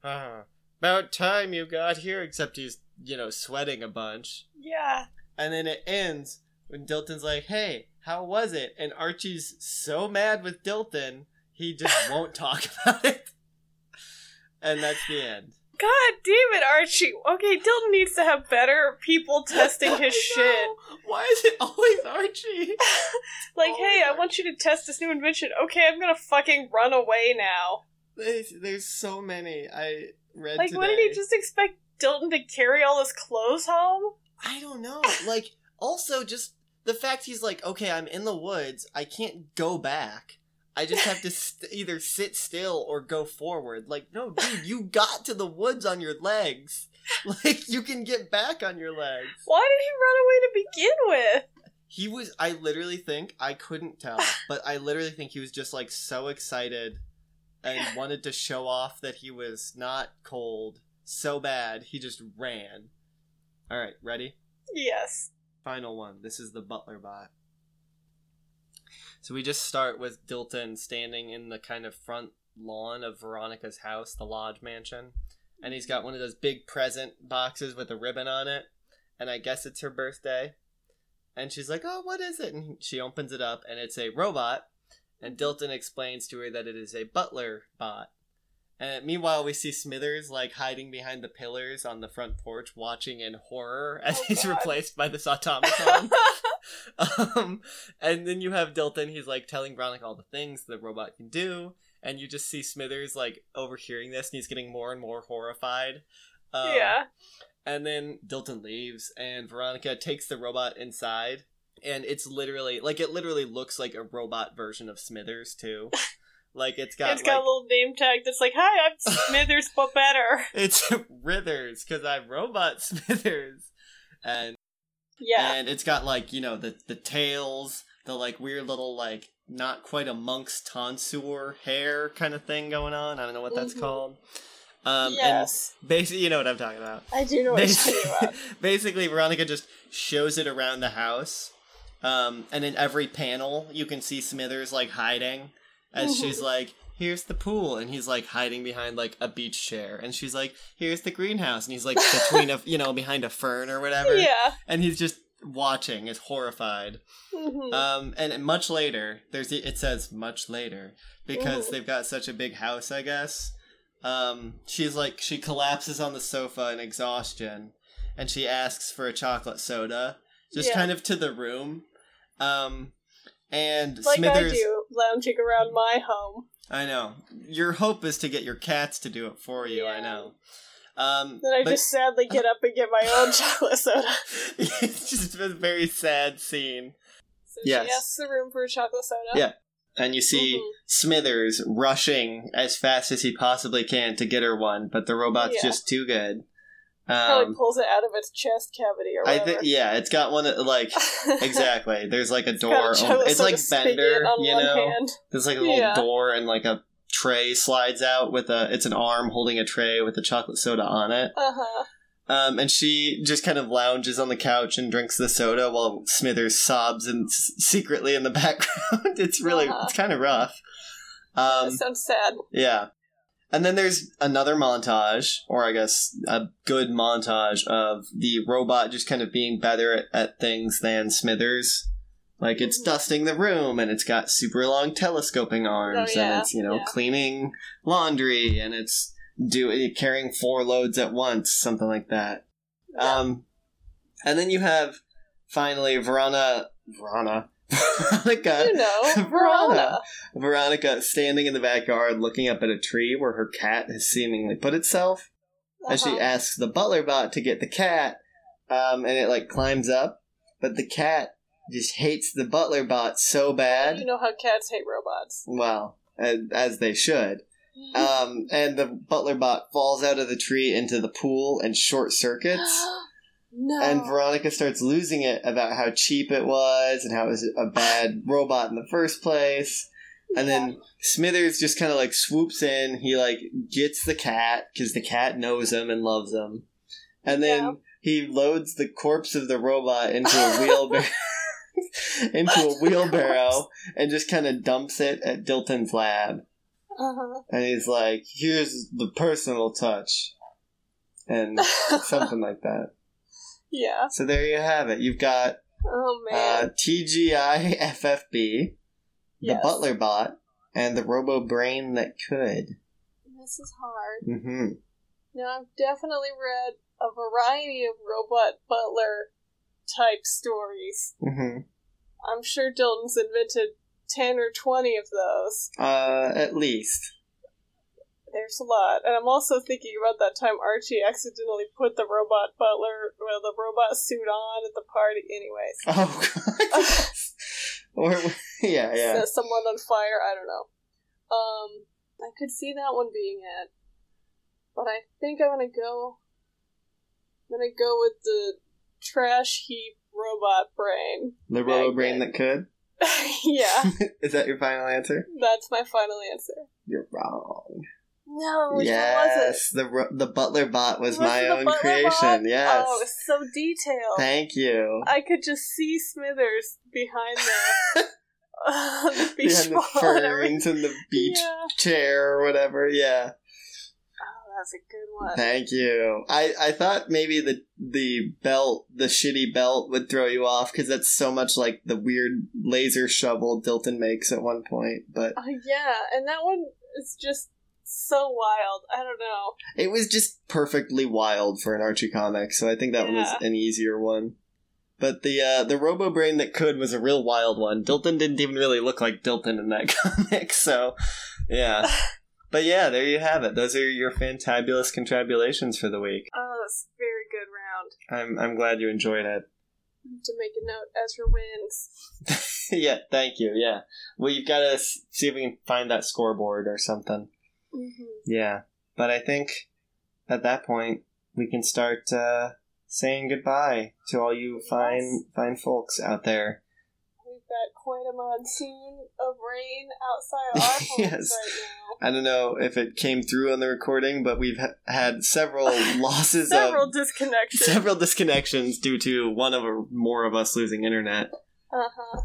A: ah, about time you got here, except he's, you know, sweating a bunch.
B: Yeah.
A: And then it ends when Dilton's like, hey, how was it? And Archie's so mad with Dilton, he just won't talk about it. And that's the end.
B: God damn it, Archie. Okay, Dylan needs to have better people testing his
A: I
B: shit.
A: know. Why is it always Archie?
B: Like,
A: Oh my
B: hey, I
A: God.
B: want you to test this new invention. Okay, I'm gonna fucking run away now.
A: There's, there's so many I read
B: Like,
A: today.
B: what did he just expect Dilton to carry all his clothes home?
A: I don't know. Like, also just the fact he's like, okay, I'm in the woods. I can't go back. I just have to st- either sit still or go forward. Like, no, dude, you got to the woods on your legs. Like, you can get back on your legs.
B: Why did he run away to begin with?
A: He was, I literally think, I couldn't tell, but I literally think he was just like so excited and wanted to show off that he was not cold so bad, he just ran. All right, ready?
B: Yes.
A: final one. This is the butler bot. So we just start with Dilton standing in the kind of front lawn of Veronica's house, the lodge mansion. And he's got one of those big present boxes with a ribbon on it. And I guess it's her birthday. And she's like, Oh, what is it? And she opens it up, and it's a robot. And Dilton explains to her that it is a butler bot. And meanwhile, we see Smithers like hiding behind the pillars on the front porch, watching in horror as
B: Oh,
A: he's
B: God.
A: replaced by this automaton. um, and then you have Dilton. He's like telling Veronica all the things the robot can do, and you just see Smithers like overhearing this, and he's getting more and more horrified. Um,
B: yeah.
A: And then Dilton leaves, and Veronica takes the robot inside, and it's literally like it literally looks like a robot version of Smithers too. Like it's got
B: it's got a
A: like-
B: little name tag that's like, "Hi, I'm Smithers, but better."
A: it's Rithers because I'm robot Smithers, and
B: Yeah,
A: and it's got like you know the the tails, the like weird little like not quite a monk's tonsure hair kind of thing going on. I don't know what that's
B: Mhm.
A: called. Um,
B: yes,
A: And basically, you know what I'm talking about.
B: I do know what you're talking
A: Basically,
B: about.
A: basically, Veronica just shows it around the house, um, and in every panel you can see Smithers like hiding as
B: Mhm.
A: she's like, "Here's the pool," and he's like hiding behind like a beach chair, and she's like, "Here's the greenhouse," and he's like between a you know behind a fern or whatever,
B: Yeah,
A: and he's just watching, is horrified.
B: hmm
A: Um, and much later, there's it says much later because
B: Mhm.
A: they've got such a big house, I guess. Um, she's like she collapses on the sofa in exhaustion, and she asks for a chocolate soda, just
B: Yeah.
A: kind of to the room. Um, and
B: like
A: Smithers,
B: I do, lounging around my home.
A: I know your hope is to get your cats to do it for you. I
B: Yeah.
A: know. Um,
B: Then I
A: but-
B: just sadly get up and get my own chocolate soda.
A: it's just a very sad scene.
B: So
A: Yes.
B: she asks the room for a chocolate soda.
A: Yeah. and you see
B: Mhm.
A: Smithers rushing as fast as he possibly can to get her one, but the robot's
B: Yeah.
A: just too good.
B: Probably
A: Um,
B: pulls it out of its chest cavity or
A: I
B: whatever.
A: think yeah, it's got one of- like exactly. There's like a
B: It's got
A: door.
B: a
A: open-
B: chocolate
A: It's like
B: soda spigot
A: Bender,
B: on
A: you
B: one
A: know.
B: hand.
A: There's like a little
B: Yeah.
A: door and like a tray slides out with a. It's an arm holding a tray with a chocolate soda on it.
B: Uh huh.
A: Um, and she just kind of lounges on the couch and drinks the soda while Smithers sobs and s- secretly in the background. it's really
B: Uh-huh.
A: it's kind of rough. Um,
B: that sounds sad.
A: yeah. And then there's another montage, or I guess a good montage of the robot just kind of being better at, at things than Smithers. Like it's
B: Mhm.
A: dusting the room, and it's got super long telescoping arms, and
B: Oh, yeah,
A: it's you know
B: yeah.
A: cleaning laundry, and it's do carrying four loads at once, something like that. Um, and then you have finally Verona, Verona, Veronica.
B: you know,
A: uh, Verona.
B: Verona.
A: Veronica standing in the backyard looking up at a tree where her cat has seemingly put itself. As she
B: Uh-huh.
A: asks the butler bot to get the cat, um, and it like climbs up, but the cat just hates the butler bot so
B: You
A: bad.
B: know how cats hate robots.
A: Well, as, as they should. Um, and the butler bot falls out of the tree into the pool and short circuits.
B: no.
A: And Veronica starts losing it about how cheap it was and how it was a bad robot in the first place. And then Smithers just kind of like swoops in. He like gets the cat because the cat knows him and loves him. And then
B: Yeah.
A: he loads the corpse of the robot into a wheelbarrow. into a wheelbarrow and just kind of dumps it at Dilton's lab.
B: Uh-huh.
A: And he's like, here's the personal touch. And something like that.
B: yeah.
A: So there you have it. You've got
B: Oh man.
A: uh, TGI FFB, the
B: Yes.
A: Butler Bot, and the Robo Brain that could.
B: This is hard.
A: hmm
B: Now I've definitely read a variety of robot butler type stories.
A: hmm
B: I'm sure Dilton's invented ten or twenty of those.
A: Uh, at least.
B: There's a lot, and I'm also thinking about that time Archie accidentally put the robot butler, well, the robot suit on at the party. Anyways,
A: Oh God. or yeah, yeah.
B: set someone on fire. I don't know. Um, I could see that one being it, but I think I'm gonna go. I'm gonna go with the trash heap robot brain.
A: The Robo
B: Magnet.
A: Brain that could.
B: yeah,
A: Is that your final answer?
B: that's my final answer.
A: You're wrong.
B: No, which one was it?
A: yes, the ro- the Butler Bot was,
B: Was it
A: my
B: the
A: own
B: butler
A: creation.
B: bot?
A: Yes.
B: Oh, it's so detailed.
A: Thank you.
B: I could just see Smithers behind the, the beach
A: Behind the
B: ball and everything.
A: ferns and the beach
B: Yeah.
A: chair or whatever. Yeah.
B: Oh, that's a good one.
A: Thank you. I, I thought maybe the the belt, the shitty belt, would throw you off because that's so much like the weird laser shovel Dilton makes at one point. But
B: Oh yeah, and that one is just so wild. I don't know.
A: it was just perfectly wild for an Archie comic, so I think that one was an easier one. But the uh, the Robo Brain that could was a real wild one. Dilton didn't even really look like Dilton in that comic, so yeah. but yeah, there you have it. Those are your fantabulous contrabulations for the week.
B: Oh, that's a very good round.
A: I'm I'm glad you enjoyed it.
B: To make a note, Ezra wins.
A: yeah, thank you. Yeah. Well, you've got to see if we can find that scoreboard or something.
B: Mm-hmm.
A: Yeah. But I think at that point we can start uh, saying goodbye to all you fine fine folks out there.
B: We've got quite a monsoon of rain outside our homes
A: Yes.
B: right now.
A: I don't know if it came through on the recording, but we've ha- had several losses
B: Several
A: of
B: disconnections.
A: um, several disconnections due to one of or more of us losing internet.
B: Uh-huh.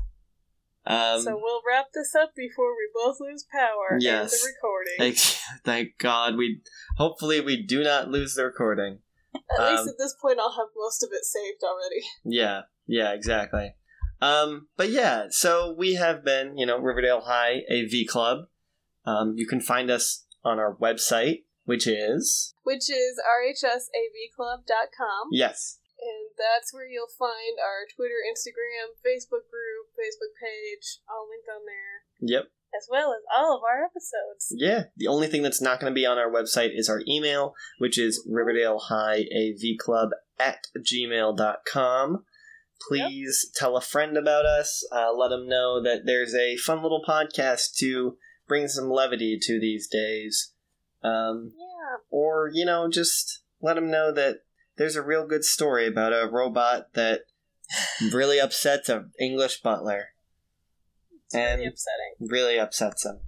A: Um,
B: so we'll wrap this up before we both lose power and
A: Yes.
B: the recording.
A: Thank, thank God we. Hopefully, we do not lose the recording.
B: At least
A: um,
B: at this point, I'll have most of it saved already.
A: Yeah, yeah, exactly. Um, but yeah, so we have been, you know, Riverdale High AV Club. Um, you can find us on our website, which is
B: Which is rhsavclub.com.
A: yes,
B: And that's where you'll find our Twitter, Instagram, Facebook group, Facebook page, all linked on there,
A: yep,
B: as well as all of our episodes.
A: yeah. The only thing that's not going to be on our website is our email, which is Riverdale High AV Club at gmail.com. Please tell a friend about us. Uh, let them know that there's a fun little podcast to bring some levity to these days. Um,
B: Yeah.
A: or you know just let them know that there's a real good story about a robot that really upsets an english butler
B: It's really
A: And-
B: upsetting.
A: really upsets him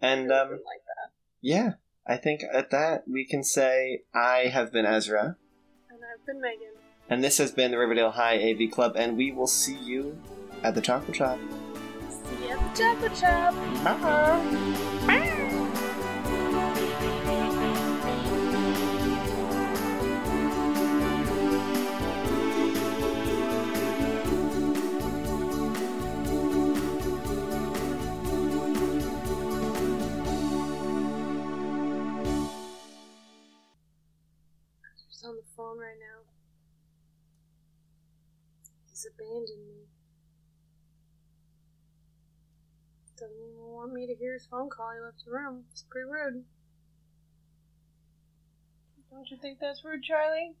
A: and
B: Really
A: um
B: didn't like that.
A: yeah i think at that we can say i have been ezra
B: And I've been Megan.
A: and this has been the riverdale high av club and we will see you at the chocolate shop
B: See you at the Chocolate Shop.
A: bye
B: He's on the phone right now. He's abandoned me. Doesn't even want me to hear his phone call. He left the room. It's pretty rude. Don't you think that's rude, Charlie?